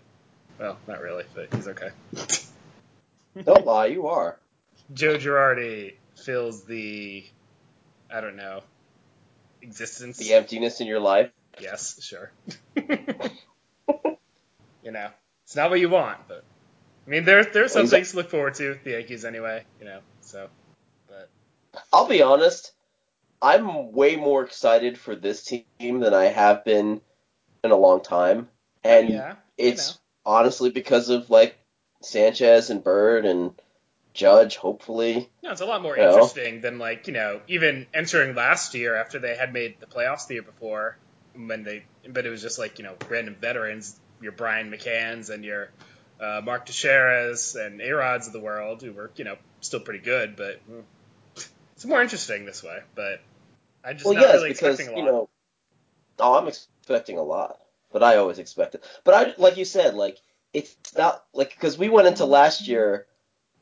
Speaker 2: Well, not really, but he's okay.
Speaker 3: Don't lie, you are.
Speaker 2: Joe Girardi fills the, I don't know, existence.
Speaker 3: The emptiness in your life.
Speaker 2: Yes, sure. you know, it's not what you want, but I mean, there there's some
Speaker 3: Well, he's-
Speaker 2: things to look forward to with the Yankees anyway. You know, so but
Speaker 3: I'll be honest. I'm way more excited for this team than I have been in a long time, and
Speaker 2: yeah, you
Speaker 3: it's honestly because of like Sanchez and Bird and Judge. Hopefully,
Speaker 2: No, it's a lot more
Speaker 3: Yeah.
Speaker 2: interesting than like you know even entering last year after they had made the playoffs the year before when they but it was just like you know random veterans your Brian McCanns and your uh, Mark Teixeira's and Arods of the world who were you know still pretty good but mm, it's more interesting this way but I just
Speaker 3: well,
Speaker 2: not
Speaker 3: yes,
Speaker 2: really
Speaker 3: because
Speaker 2: expecting a lot
Speaker 3: you know, oh, I'm expecting a lot, but I always expect it. But I, like you said, like it's not like because we went into last year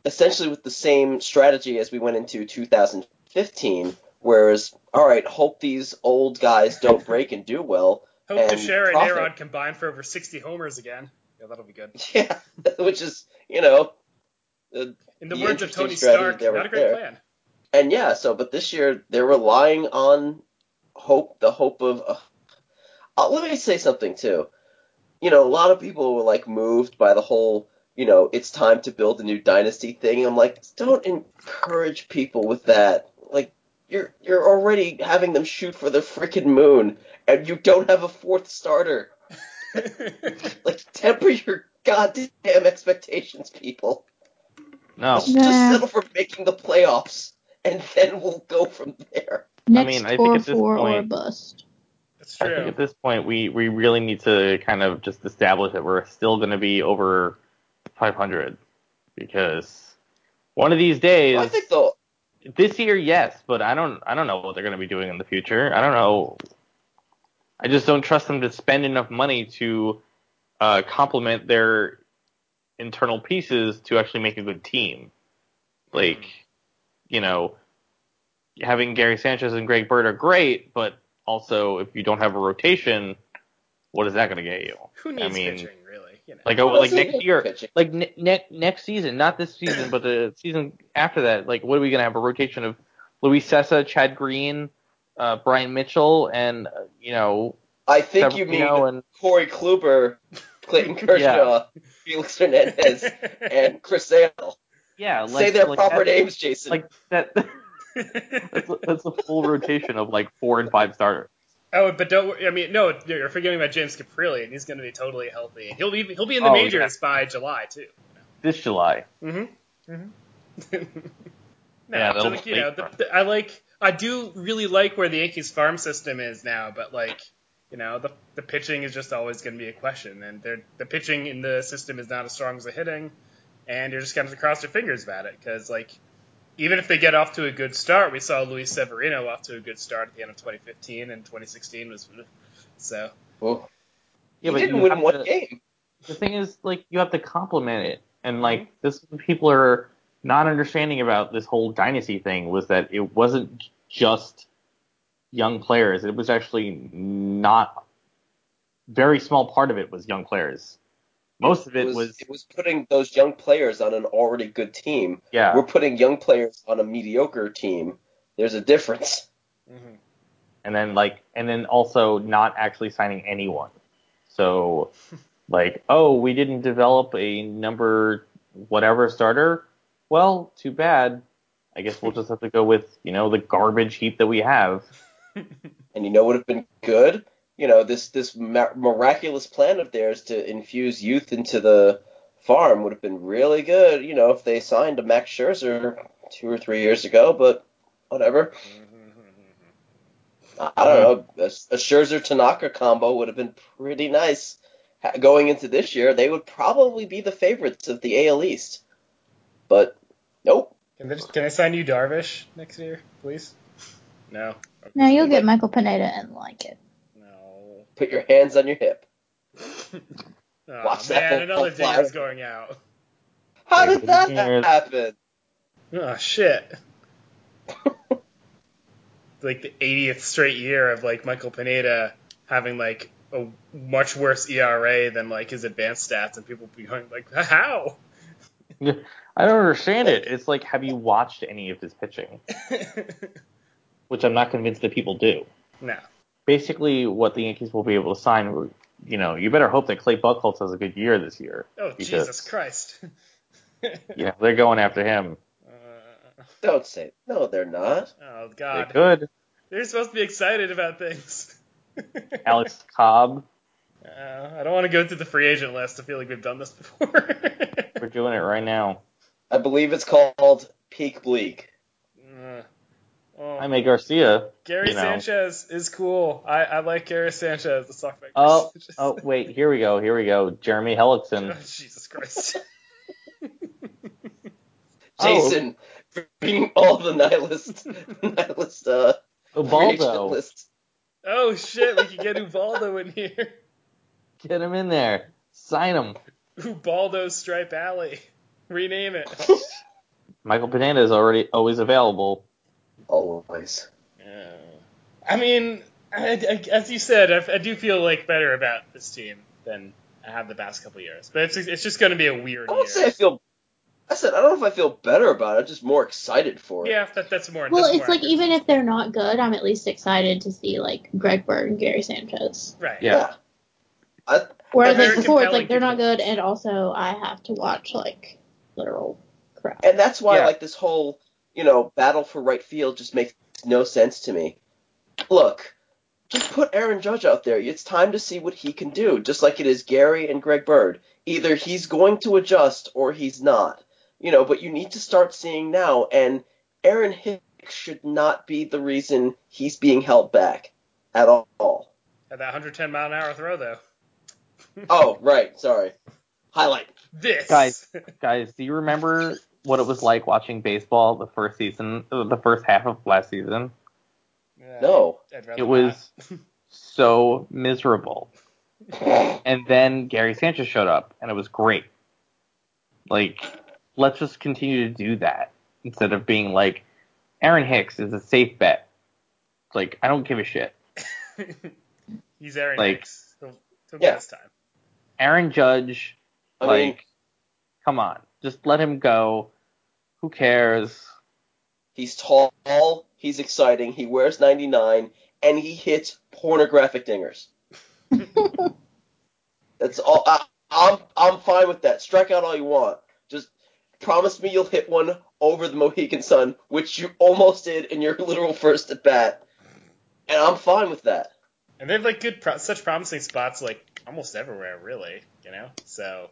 Speaker 3: essentially with the same strategy as we went into 2015, whereas all right, hope these old guys don't break and do well.
Speaker 2: hope
Speaker 3: and
Speaker 2: Teixeira and
Speaker 3: um, profit.
Speaker 2: Arod combine for over 60 homers again yeah that'll be good
Speaker 3: Yeah, which is you know,
Speaker 2: in the,
Speaker 3: The
Speaker 2: words of
Speaker 3: interesting
Speaker 2: Tony
Speaker 3: strategy
Speaker 2: Stark
Speaker 3: they were
Speaker 2: not a great
Speaker 3: there.
Speaker 2: plan
Speaker 3: and yeah. So, but this year they're relying on hope, the hope of. Uh, uh, let me say something too. You know, a lot of people were like moved by the whole, you know, it's time to build a new dynasty thing. I'm like, don't encourage people with that. Like, you're you're already having them shoot for the freaking moon, and you don't have a fourth starter. Like, temper your goddamn expectations, people.
Speaker 5: No,
Speaker 3: Just,
Speaker 4: Nah.
Speaker 3: just settle for making the playoffs, and then we'll go from there.
Speaker 4: Next
Speaker 5: mean, I think
Speaker 4: score
Speaker 5: at this
Speaker 4: four or
Speaker 5: point-
Speaker 4: bust.
Speaker 2: that's
Speaker 5: I think
Speaker 2: true
Speaker 5: at this point we we really need to kind of just establish that we're still going to be over 500 because one of these days,
Speaker 3: I think they'll.
Speaker 5: this year, yes, but I don't I don't know what they're going to be doing in the future. I don't know. I just don't trust them to spend enough money to uh, complement their internal pieces to actually make a good team. Like,
Speaker 2: Mhm.
Speaker 5: you know, having Gary Sanchez and Greg Bird are great, but also if you don't have a rotation, what is that going to get you?
Speaker 2: who needs
Speaker 5: mean,
Speaker 2: pitching really you know
Speaker 5: Like, oh, like next year,
Speaker 3: Pitching.
Speaker 5: like ne- ne- next season, not this season, but the season after that. Like, what are we gonna have a rotation of Luis Sessa, Chad Green, uh, Brian Mitchell, and uh, you know,
Speaker 3: I think you mean
Speaker 5: Severino and
Speaker 3: Corey Kluber, Clayton Kershaw, Felix Hernandez, and Chris Sale.
Speaker 5: yeah, like,
Speaker 3: Say their
Speaker 5: like
Speaker 3: proper
Speaker 5: that-
Speaker 3: names, Jason.
Speaker 5: Like that. that's, a, that's a full rotation of like four and five starters.
Speaker 2: Oh, but don't. wor- I mean, no, you're forgetting about James Caprilli, and he's going to be totally healthy. And He'll be he'll be in the
Speaker 5: Oh,
Speaker 2: majors by July too.
Speaker 5: This July,
Speaker 2: Mm-hmm. Mm-hmm. no,
Speaker 5: Yeah,
Speaker 2: so,
Speaker 5: that'll
Speaker 2: like,
Speaker 5: be
Speaker 2: you know,
Speaker 5: late
Speaker 2: the,
Speaker 5: for
Speaker 2: the- I like. I do really like where the Yankees farm system is now, but like, You know, the, the pitching is just always going to be a question, and they're- the pitching in the system is not as strong as the hitting, and you're just going to cross your fingers about it because, like, even if they get off to a good start, we saw Luis Severino off to a good start at the end of 2015, and 2016 was so.
Speaker 3: Well, he
Speaker 5: Yeah, but
Speaker 3: didn't
Speaker 5: you
Speaker 3: win
Speaker 5: have
Speaker 3: one
Speaker 5: to-
Speaker 3: game.
Speaker 5: the thing is like you have to compliment it and like this is what people are not understanding about this whole dynasty thing was that it wasn't just young players it was actually not very small part of it was young players most of it was,
Speaker 3: it was putting those young players on an already good team.
Speaker 5: yeah
Speaker 3: We're putting young players on a mediocre team. There's a difference.
Speaker 2: Mhm.
Speaker 5: and then like and then also not actually signing anyone so like oh we didn't develop a number whatever starter well too bad i guess we'll just have to go with you know the garbage heap that we have
Speaker 3: And you know what would have been good? You know, this this mi- miraculous plan of theirs to infuse youth into the farm would have been really good. You know, if they signed a Max Scherzer two or three years ago, but whatever. I I don't know. A, a Scherzer Tanaka combo would have been pretty nice Ha- going into this year. They would probably be the favorites of the AL East, but nope.
Speaker 2: Can they just, can I sign you Darvish next year, please? No.
Speaker 4: No, you'll get Michael Pineda and like it.
Speaker 2: No.
Speaker 3: Put your hands on your hip.
Speaker 2: Oh,
Speaker 3: Watch
Speaker 2: man,
Speaker 3: that ball
Speaker 2: another
Speaker 3: fly.
Speaker 2: digger's going out.
Speaker 3: How
Speaker 5: Like,
Speaker 3: did that
Speaker 5: yeah.
Speaker 3: happen?
Speaker 2: Oh shit. like the 80th straight year of like Michael Pineda having like a much worse ERA than like his advanced stats, and people be going like, how?
Speaker 5: i don't understand it it's like have you watched any of his pitching which i'm not convinced that people do
Speaker 2: no.
Speaker 5: basically what the yankees will be able to sign you know you better hope that clay buckholz has a good year this year
Speaker 2: Oh
Speaker 5: Because-
Speaker 2: Jesus Christ.
Speaker 5: you know they're going after him
Speaker 2: Uh,
Speaker 3: Don't say no. They're not.
Speaker 2: oh
Speaker 5: they
Speaker 2: God.
Speaker 5: could
Speaker 2: They're supposed to be excited about things.
Speaker 5: alex cobb
Speaker 2: Uh, I don't want to go through the free agent list. I feel like we've done this before.
Speaker 5: we're doing it right now
Speaker 3: I believe it's called Peak Bleak.
Speaker 2: Uh, oh.
Speaker 5: Jaime Garcia.
Speaker 2: Gary
Speaker 5: you know.
Speaker 2: Sanchez is cool. I, I like Gary Sanchez. Let's talk about Gary
Speaker 5: Oh,
Speaker 2: Sanchez.
Speaker 5: oh, wait, here we go, here we go. Jeremy Hellickson.
Speaker 2: Oh, Jesus Christ.
Speaker 5: Oh.
Speaker 3: Jason, bring all the nihilist, nihilist, uh, creation
Speaker 5: Ubaldo,
Speaker 3: lists.
Speaker 2: Oh shit, we could get Ubaldo in here.
Speaker 5: get him in there. Sign him.
Speaker 2: Ubaldo Stripe Alley. Rename it.
Speaker 5: Michael Pineda is already always available.
Speaker 3: Always.
Speaker 2: I mean, I, I, as you said, I, I do feel like better about this team than I have the past couple years. But it's it's just going to be a weird
Speaker 3: I
Speaker 2: year.
Speaker 3: don't say I feel. I said I don't know if I feel better about it. I'm just more excited for it.
Speaker 2: yeah, that, that's more.
Speaker 4: Well,
Speaker 2: that's
Speaker 4: it's
Speaker 2: more
Speaker 4: like
Speaker 2: accurate.
Speaker 4: even if they're not good, I'm at least excited to see like Greg Bird and Gary Sanchez.
Speaker 2: right.
Speaker 5: Yeah.
Speaker 3: I,
Speaker 4: Whereas
Speaker 2: They're
Speaker 4: like before, it's
Speaker 2: compelling
Speaker 4: like they're not
Speaker 2: people.
Speaker 4: good, and also I have to watch like literal crap.
Speaker 3: and that's why
Speaker 5: Yeah.
Speaker 3: like this whole you know battle for right field just makes no sense to me. Look, just put Aaron Judge out there. It's time to see what he can do. Just like it is Gary and Greg Bird. Either he's going to adjust or he's not. You know, but you need to start seeing now. And Aaron Hicks should not be the reason he's being held back at all.
Speaker 2: At that 110 mile an hour throw though.
Speaker 3: Oh, right. Sorry. Highlight.
Speaker 2: This
Speaker 5: Guys. Guys, do you remember what it was like watching baseball the first season, uh, the first half of last season?
Speaker 2: Yeah,
Speaker 3: No.
Speaker 2: I'd rather
Speaker 5: It
Speaker 2: not.
Speaker 5: was so miserable. And then Gary Sanchez showed up, and it was great. Like, let's just continue to do that instead of being like, Aaron Hicks is a safe bet. It's Like, I don't give a shit.
Speaker 2: He's Aaron
Speaker 5: Like-
Speaker 2: Hicks. He'll, he'll
Speaker 3: Yeah.
Speaker 2: get his time.
Speaker 5: Aaron Judge,
Speaker 3: I
Speaker 5: like,
Speaker 3: mean,
Speaker 5: come on, just let him go. Who cares?
Speaker 3: he's tall, he's exciting, he wears 99, and he hits pornographic dingers. That's all. I, I'm, I'm fine with that. Strike out all you want. Just promise me you'll hit one over the Mohican Sun, which you almost did in your literal first at bat. And I'm fine with that.
Speaker 2: And they have like good, pro- such promising spots, like almost everywhere, really. You know, so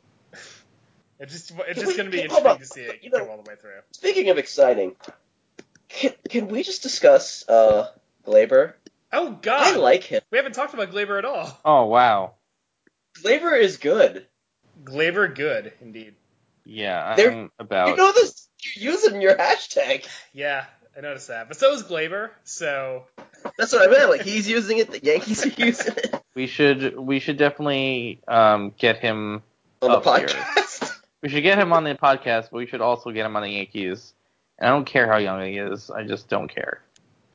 Speaker 2: it's just it's just going to be
Speaker 3: Hold
Speaker 2: interesting
Speaker 3: on.
Speaker 2: to see it
Speaker 3: You know-
Speaker 2: go all the way through.
Speaker 3: Speaking of exciting, can, can we just discuss uh, Glaber
Speaker 2: Oh
Speaker 3: I
Speaker 2: God,
Speaker 3: like him.
Speaker 2: we haven't talked about Glaber at all.
Speaker 5: Oh wow.
Speaker 3: Glaber is good.
Speaker 2: Glaber, good indeed.
Speaker 5: Yeah,
Speaker 3: They're-
Speaker 5: I'm about
Speaker 3: You know this. You use him in your hashtag.
Speaker 2: Yeah, I noticed that. But so is Glaber. So
Speaker 3: That's what I meant. Like he's using it. The Yankees are using it
Speaker 5: we should we should definitely um get him
Speaker 3: on the
Speaker 5: Up Oh, here.
Speaker 3: podcast.
Speaker 5: we should get him on the podcast, but we should also get him on the Yankees. And I don't care how young he is, I just don't care.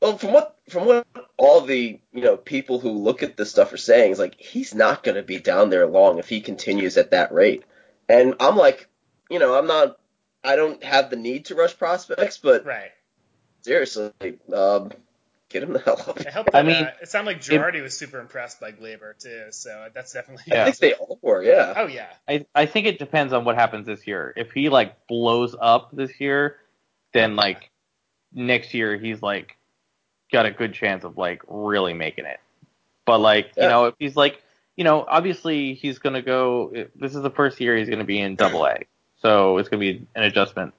Speaker 3: Well, from what from what all the you know people who look at this stuff are saying is like he's not going to be down there long if he continues at that rate. And I'm like, you know, I'm not. I don't have the need to rush prospects, but
Speaker 2: right,
Speaker 3: seriously, um, get him the hell up.
Speaker 2: I hope.
Speaker 5: I
Speaker 2: That,
Speaker 5: mean,
Speaker 2: uh, it sounded like Girardi was super impressed by Glaber too. So that's definitely.
Speaker 5: Yeah.
Speaker 3: I think they all were. Yeah.
Speaker 2: Oh yeah,
Speaker 5: I I think it depends on what happens this year. If he like blows up this year, then like next year he's like got a good chance of like really making it. But like you
Speaker 3: Yeah.
Speaker 5: know, if he's like you know, obviously he's gonna go. This is the first year he's gonna be in Double A, so it's gonna be an adjustment.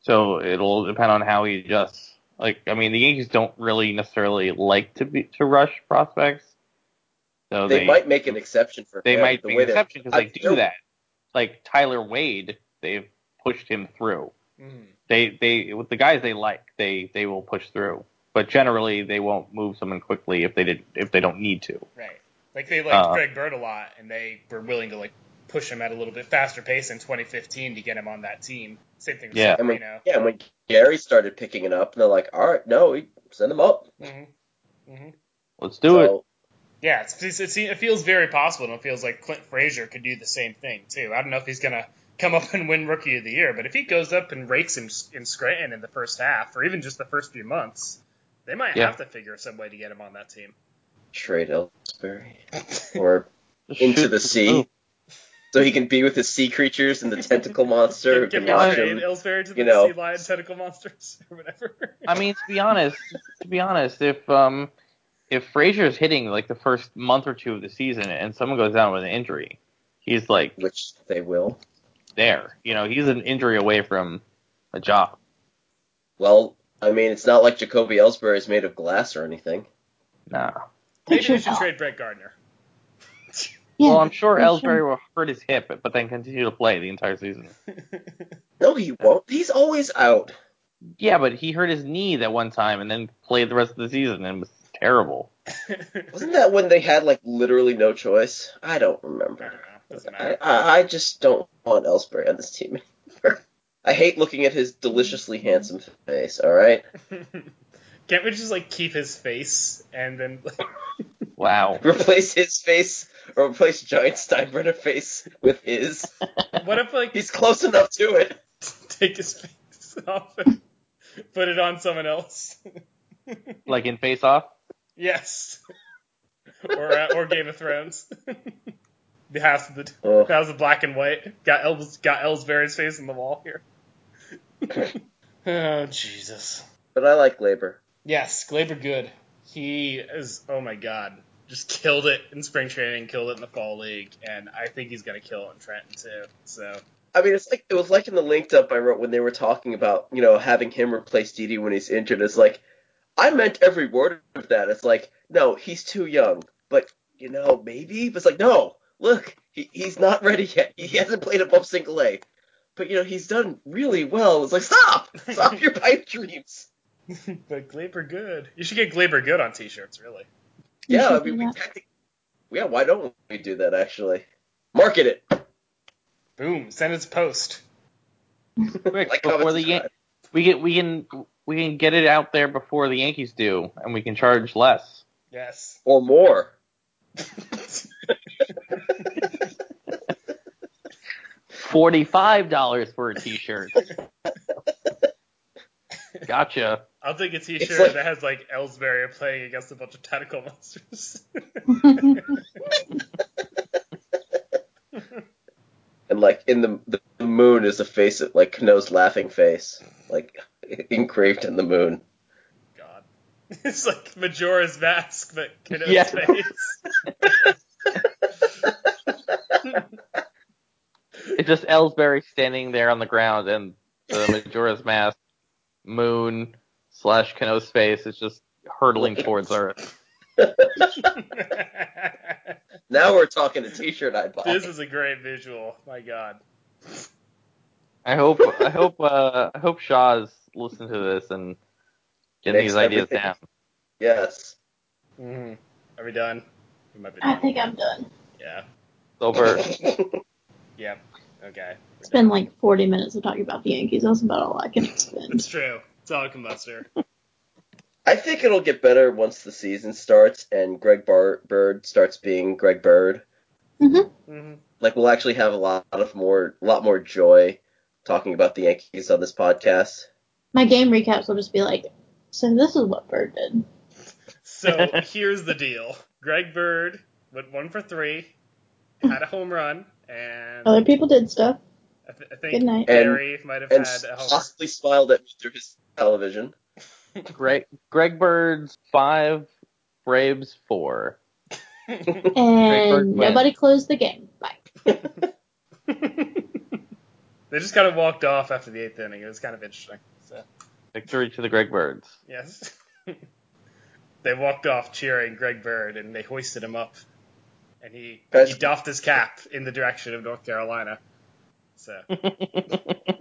Speaker 5: So it'll depend on how he adjusts. Like I mean, the Yankees don't really necessarily like to be to rush prospects. So
Speaker 3: They,
Speaker 5: they
Speaker 3: might make an exception for
Speaker 5: they
Speaker 3: him,
Speaker 5: might
Speaker 3: the
Speaker 5: be
Speaker 3: way
Speaker 5: an
Speaker 3: they're-
Speaker 5: exception because
Speaker 3: I-
Speaker 5: they do that. Like Tyler Wade, they've pushed him through.
Speaker 2: Mhm.
Speaker 5: They they with the guys they like, they they will push through. But generally, they won't move someone quickly if they did if they don't need to.
Speaker 2: right. Like they liked
Speaker 5: Uh,
Speaker 2: Greg Bird a lot, and they were willing to like push him at a little bit faster pace in 2015 to get him on that team. Same thing with
Speaker 5: Yeah.
Speaker 3: I mean,
Speaker 2: Severino.
Speaker 3: Yeah, and when Gary started picking it up, and they're like, "All right, no, we send them up."
Speaker 2: hmm hmm
Speaker 5: Let's do it.
Speaker 3: so,
Speaker 2: Yeah, it's, it's, it's, it feels very possible, and it feels like Clint Frazier could do the same thing too. I don't know if he's gonna come up and win Rookie of the Year, but if he goes up and rakes in, in Scranton in the first half, or even just the first few months, they might
Speaker 5: Yeah.
Speaker 2: have to figure some way to get him on that team.
Speaker 3: trade Ellsbury or
Speaker 5: Just
Speaker 3: into
Speaker 5: shoot
Speaker 3: the sea,
Speaker 5: move.
Speaker 3: so he can be with his sea creatures and the tentacle monster. who
Speaker 2: Give
Speaker 3: can
Speaker 2: him
Speaker 3: watch
Speaker 2: trade
Speaker 3: him.
Speaker 2: Ellsbury to the
Speaker 3: you know.
Speaker 2: sea lion tentacle monsters or whatever.
Speaker 5: I mean, to be honest, to be honest, if um if Frazier's hitting like the first month or two of the season and someone goes down with an injury, he's like
Speaker 3: Which they will.
Speaker 5: there. You know, he's an injury away from a job.
Speaker 3: Well, I mean, it's not like Jacoby Ellsbury is made of glass or anything.
Speaker 5: Nah.
Speaker 2: Maybe
Speaker 4: Picture
Speaker 2: we should
Speaker 4: that.
Speaker 2: trade Brett Gardner.
Speaker 4: Yeah.
Speaker 5: well, I'm sure
Speaker 4: I'm sure.
Speaker 5: Ellsbury will hurt his hip, but then continue to play the entire season.
Speaker 3: No, he won't. He's always out.
Speaker 5: Yeah, but he hurt his knee that one time and then played the rest of the season and was terrible.
Speaker 3: Wasn't that when they had like literally no choice? I don't
Speaker 2: I don't know.
Speaker 3: remember.
Speaker 2: Doesn't
Speaker 3: I,
Speaker 2: matter.
Speaker 3: I, I just don't want Ellsbury on this team anymore. I hate looking at his deliciously handsome face. All right,
Speaker 2: Can't we just like keep his face and then like,
Speaker 5: Wow.
Speaker 3: replace his face or replace Giant Steinbrenner face with his.
Speaker 2: what if like
Speaker 3: He's close enough to it.
Speaker 2: take his face off and put it on someone else.
Speaker 5: Like in Face Off?
Speaker 2: yes. or uh, or Game of Thrones. the house of the
Speaker 3: Ugh.
Speaker 2: house of black and white. Got Els got Ellsbury's face on the wall here. oh Jesus.
Speaker 3: But I like labor.
Speaker 2: Yes, Glaber good. He is oh my god. Just killed it in spring training, killed it in the fall league, and I think he's gonna kill it in Trenton too. So
Speaker 3: I mean, it's like it was like in the linked up I wrote when they were talking about you know having him replace Didi when he's injured. It's like I meant every word of that. It's like no, he's too young, but you know maybe. But it's like no, look, he, he's not ready yet. He hasn't played above single A, but you know he's done really well. It's like stop, stop your pipe dreams.
Speaker 2: But Glaber good. You should get Glaber good on t shirts, really.
Speaker 4: You
Speaker 3: Yeah, I
Speaker 4: should
Speaker 3: mean,
Speaker 4: do
Speaker 3: we
Speaker 4: that.
Speaker 3: tactic- yeah, why don't we do that actually? Market it.
Speaker 2: Boom, send its post.
Speaker 5: Quick,
Speaker 3: Like, comment,
Speaker 5: before the
Speaker 3: subscribe.
Speaker 5: Yan- we get we can we can get it out there before the Yankees do, and we can charge less.
Speaker 2: Yes.
Speaker 3: or more.
Speaker 5: Forty five dollars for a t shirt. gotcha.
Speaker 2: I'll take a t
Speaker 3: It's
Speaker 2: shirt
Speaker 3: like-
Speaker 2: that has like Ellsbury playing against a bunch of tentacle monsters.
Speaker 3: and like in the the moon is a face of like Kano's laughing face, like engraved in the moon.
Speaker 2: God. It's like Majora's mask, but Kiddo's
Speaker 5: Yeah.
Speaker 2: face.
Speaker 5: It's just Ellsbury standing there on the ground and the Majora's Mask, Moon slash Kano's face is just hurtling towards Earth.
Speaker 3: Now we're talking a T-shirt I buy.
Speaker 2: this is a great visual. My God.
Speaker 5: I hope I hope uh, I hope Shaw's listened to this and getting
Speaker 3: Makes
Speaker 5: these ideas
Speaker 3: everything-
Speaker 5: down.
Speaker 3: yes.
Speaker 2: Mm. Are we done? We might be
Speaker 4: I
Speaker 2: done.
Speaker 4: think I'm done.
Speaker 2: Yeah.
Speaker 5: Over.
Speaker 2: Yeah. Okay.
Speaker 4: It's been like 40 minutes of talking about the Yankees. That's about all I can
Speaker 2: It's
Speaker 4: spend.
Speaker 2: true. It's all a combustor.
Speaker 3: I think it'll get better once the season starts and Greg Bar- Bird starts being Greg Bird.
Speaker 2: hmm
Speaker 3: Like we'll actually have a lot of more, lot more joy talking about the Yankees on this podcast.
Speaker 4: My game recaps will just be like, so this is what Bird did.
Speaker 2: So here's the deal: Greg Bird went one for three, had a home run, and
Speaker 4: Other people did stuff.
Speaker 2: I, th- I
Speaker 4: Oh, Good
Speaker 2: think
Speaker 4: night.
Speaker 2: Barry might have
Speaker 3: And
Speaker 2: had a home
Speaker 3: possibly smiled at me through his television.
Speaker 5: Greg Greg Bird's five, Braves four.
Speaker 2: run.
Speaker 5: Bird
Speaker 4: And
Speaker 5: wins.
Speaker 4: nobody closed the game. Bye.
Speaker 2: they just kind of walked off after the eighth inning. It was kind of interesting. So
Speaker 5: Victory to the Greg Birds.
Speaker 2: yes, they walked off cheering Greg Bird, and they hoisted him up, and he
Speaker 3: Guys-
Speaker 2: he doffed his cap in the direction of North Carolina. So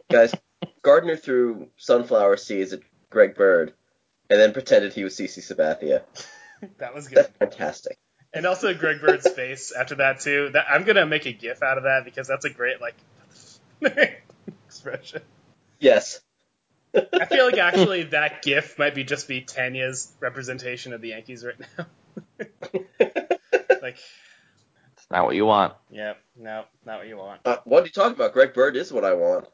Speaker 3: Guys, Gardner threw sunflower seeds at Greg Bird and then pretended he was CC Sabathia.
Speaker 2: that was good.
Speaker 3: That's fantastic.
Speaker 2: And also Greg Bird's face after that too. That I'm gonna make a gif out of that because that's a great like expression.
Speaker 3: Yes.
Speaker 2: I feel like actually that gif might be just be Tanya's representation of the Yankees right now. like,
Speaker 5: It's not what you want.
Speaker 2: yeah, no, not what you want.
Speaker 3: Uh, what are you talking about? Greg Bird is what I want.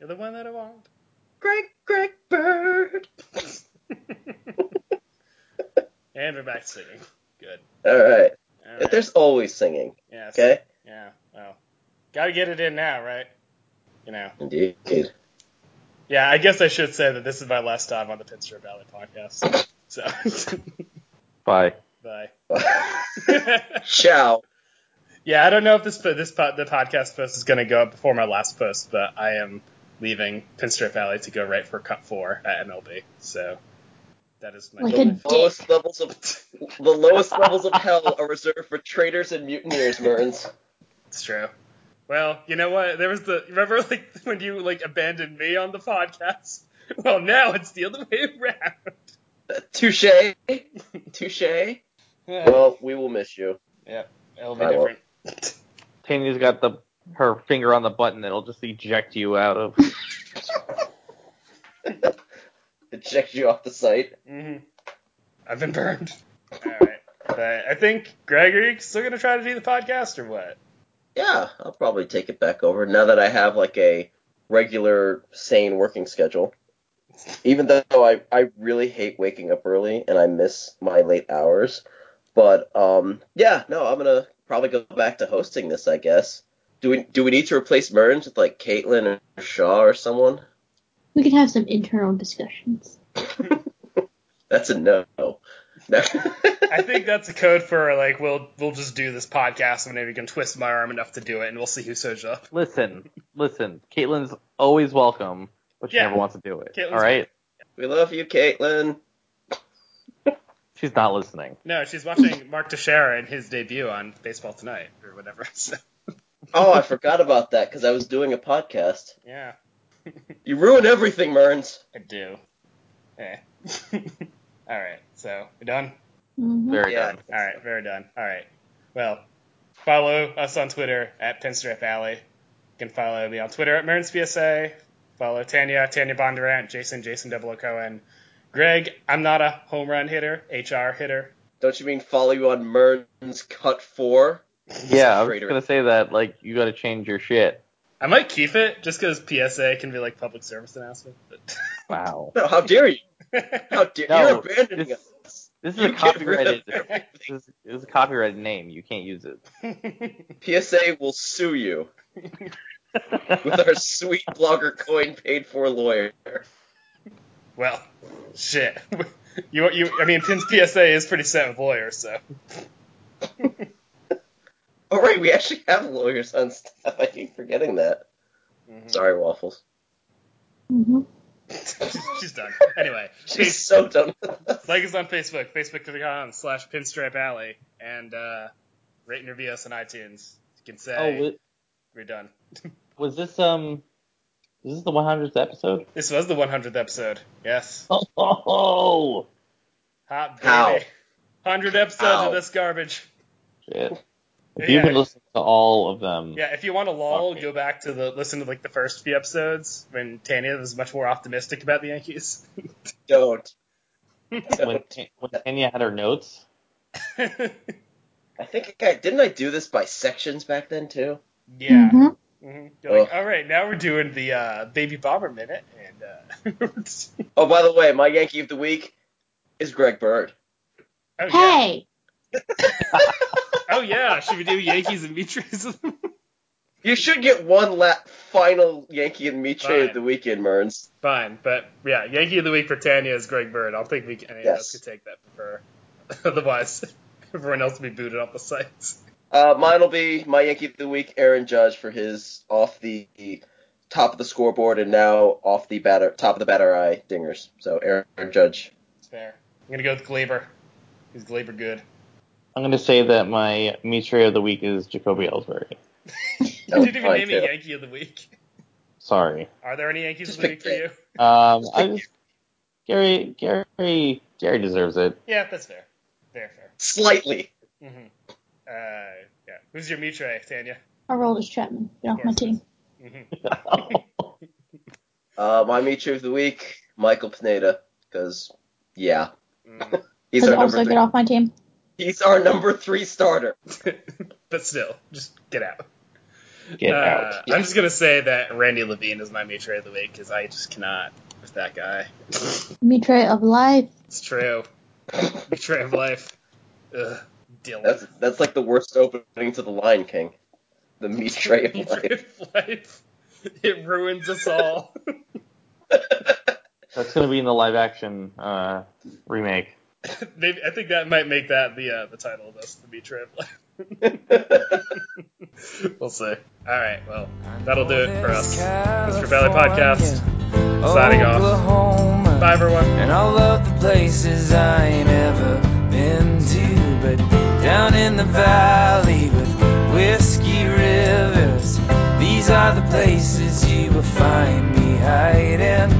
Speaker 2: You're the one that I want.
Speaker 3: Greg, Greg Bird.
Speaker 2: And we're back to singing. Good.
Speaker 3: All right.
Speaker 2: All right.
Speaker 3: There's always singing.
Speaker 2: Yes.
Speaker 3: Okay.
Speaker 2: Yeah. Well, gotta get it in now, right? You know.
Speaker 3: Indeed.
Speaker 2: Yeah, I guess I should say that this is my last time on the Pinstripe Valley podcast. So,
Speaker 5: Bye.
Speaker 2: bye.
Speaker 3: Ciao.
Speaker 2: Yeah, I don't know if this this po- the podcast post is going to go up before my last post, but I am leaving Pinstripe Alley to go right for Cup Four at MLB. So that is my
Speaker 4: Like
Speaker 3: The
Speaker 4: a dick.
Speaker 3: lowest levels of the lowest levels of hell are reserved for traitors and mutineers, Merns.
Speaker 2: it's true. Well, you know what? There was the remember like when you like abandoned me on the podcast. Well, now it's the other way around.
Speaker 3: Touche. Touche. Well, we will miss you.
Speaker 2: it'll be
Speaker 3: I will.
Speaker 2: different.
Speaker 5: Tanya's got the her finger on the button that'll just eject you out of.
Speaker 3: Eject you off the site.
Speaker 2: hmm I've been burned. All right, but I think Greg, are you still going to try to do the podcast or what?
Speaker 3: Yeah, I'll probably take it back over now that I have like a regular, sane working schedule. Even though I, I really hate waking up early and I miss my late hours. But um yeah, no, I'm gonna probably go back to hosting this, I guess. Do we do we need to replace Merns with like Caitlin or Shaw or someone?
Speaker 4: We can have some internal discussions.
Speaker 3: That's a no. No.
Speaker 2: I think that's a code for like we'll we'll just do this podcast and maybe you can twist my arm enough to do it and we'll see who shows up.
Speaker 5: Listen, listen. Caitlin's always welcome, but she
Speaker 2: Yeah.
Speaker 5: never wants to do it.
Speaker 2: Caitlin's
Speaker 5: all right,
Speaker 3: we love you, Caitlin.
Speaker 5: she's not listening.
Speaker 2: No, she's watching Mark Teixeira in his debut on Baseball Tonight or whatever. So,
Speaker 3: Oh, I forgot about that because I was doing a podcast.
Speaker 2: yeah,
Speaker 3: You ruin everything, Merns.
Speaker 2: I do. Eh. All right, so we're done.
Speaker 4: Mhm.
Speaker 5: Very
Speaker 3: Yeah.
Speaker 5: good.
Speaker 2: All right, very done. All right. Well, follow us on Twitter at Pinstripe Alley. You can follow me on Twitter at Merns PSA. Follow Tanya, Tanya Bondurant, Jason, Jason Double O Cohen, Greg. I'm not a home run hitter, HR hitter.
Speaker 3: Don't you mean follow you on Merns Cut 4?
Speaker 5: Yeah, I was
Speaker 3: Traitor.
Speaker 5: gonna say that. Like, you got to change your shit.
Speaker 2: I might keep it just because PSA can be like public service announcement.
Speaker 5: Wow.
Speaker 3: No, how dare you?
Speaker 2: But
Speaker 3: How dare
Speaker 5: No,
Speaker 3: You're abandoning
Speaker 5: this-
Speaker 3: us.
Speaker 5: This is
Speaker 3: You
Speaker 5: a
Speaker 3: get rid
Speaker 5: copyrighted.
Speaker 3: of
Speaker 5: This is, this is a copyrighted name. You can't use it.
Speaker 3: PSA will sue you with our sweet blogger coin paid for lawyer.
Speaker 2: well, shit. You, you, I mean, Pins PSA is pretty set with lawyers, so
Speaker 3: All Oh, right, we actually have lawyers on staff. I keep forgetting that. Sorry, Waffles.
Speaker 4: Mhm.
Speaker 2: Mm-hmm. She's done. Anyway,
Speaker 3: She's so done.
Speaker 2: like us on Facebook, facebook.com slash pinstripe alley, and uh, rate and review us on iTunes. You can say
Speaker 5: Oh, wa-
Speaker 2: we're done.
Speaker 5: was this um? Is this the 100th episode?
Speaker 2: This was the 100th episode. Yes.
Speaker 5: Oh,
Speaker 2: Hot
Speaker 3: How?
Speaker 2: baby. 100 episodes
Speaker 3: How?
Speaker 2: of this garbage.
Speaker 5: shit! If
Speaker 2: Yeah.
Speaker 5: you've been listening to all of them,
Speaker 2: Yeah, if you want a lull,
Speaker 5: Fuck.
Speaker 2: go back to the listen to like the first few episodes when Tanya was much more optimistic about the Yankees.
Speaker 3: Don't.
Speaker 5: when,
Speaker 3: Don't.
Speaker 5: when Tanya had her notes,
Speaker 3: I think I didn't I do this by sections back then too.
Speaker 2: yeah.
Speaker 4: Mhm.
Speaker 2: Mhm. You're like,
Speaker 3: Ugh.
Speaker 2: all right, now we're doing the uh, baby bomber minute, and uh,
Speaker 3: Oh, by the way, my Yankee of the week is Greg Bird.
Speaker 2: oh yeah,
Speaker 4: Hey,
Speaker 2: oh yeah, should we do Yankees and Mitris?
Speaker 3: You should get one la- final Yankee and me trade
Speaker 2: Fine.
Speaker 3: of the weekend, Merns.
Speaker 2: Fine, but yeah, Yankee of the week for Tanya is Greg Bird. I'll think we can, any of us
Speaker 3: Yes.
Speaker 2: could take that for her. Otherwise, everyone else will be booted off the sites.
Speaker 3: Uh, mine will be my Yankee of the week, Aaron Judge for his off the top of the scoreboard and now off the batter top of the batter eye dingers. So Aaron Judge.
Speaker 2: Fair. I'm gonna go with Glaber. He's Glaber good.
Speaker 5: I'm going to say that my Mitre of the week is Jacoby Ellsbury.
Speaker 3: That
Speaker 2: you
Speaker 3: was
Speaker 2: didn't even
Speaker 3: mine,
Speaker 2: name
Speaker 3: too.
Speaker 2: a Yankee of the week.
Speaker 5: Sorry.
Speaker 2: Are there any Yankees
Speaker 3: Just
Speaker 2: of the week
Speaker 3: pick
Speaker 2: for you?
Speaker 5: Um, I just Gary Gary Gary deserves it.
Speaker 2: Yeah, that's fair. Fair, fair.
Speaker 3: Slightly.
Speaker 2: Mm-hmm. Uh, yeah. Who's your Mitre, Tanya?
Speaker 4: I rolled as Chapman. Get off my team.
Speaker 2: Mm-hmm.
Speaker 3: Uh, my Mitre of the week, Michael Pineda, because yeah,
Speaker 2: Mm.
Speaker 3: he's
Speaker 4: But
Speaker 3: our
Speaker 4: also
Speaker 3: number
Speaker 4: get
Speaker 3: three.
Speaker 4: off my team.
Speaker 3: He's our number three starter.
Speaker 2: but still, just get out.
Speaker 5: Get
Speaker 2: Uh,
Speaker 5: out.
Speaker 2: I'm just gonna say that Randy Levine is my Mitre of the week because I just cannot with that guy.
Speaker 4: Mitre of life.
Speaker 2: It's true. Mitre of life. Ugh, Dylan.
Speaker 3: That's that's like the worst opening to the Lion King. The Mitre of
Speaker 2: Mitre
Speaker 3: life.
Speaker 2: of life. It ruins us all.
Speaker 5: That's going to be in the live action uh, remake.
Speaker 2: Maybe I think that might make that the uh, the title of this, the Mitre of life. We'll see. All right, well, that'll do it for us. It's Valley Podcast. Signing off.
Speaker 1: Oklahoma,
Speaker 2: Bye, everyone.
Speaker 1: And all of the places I ain't ever been to, but down in the valley with whiskey rivers, these are the places you will find me hiding.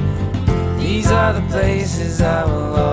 Speaker 1: These are the places I will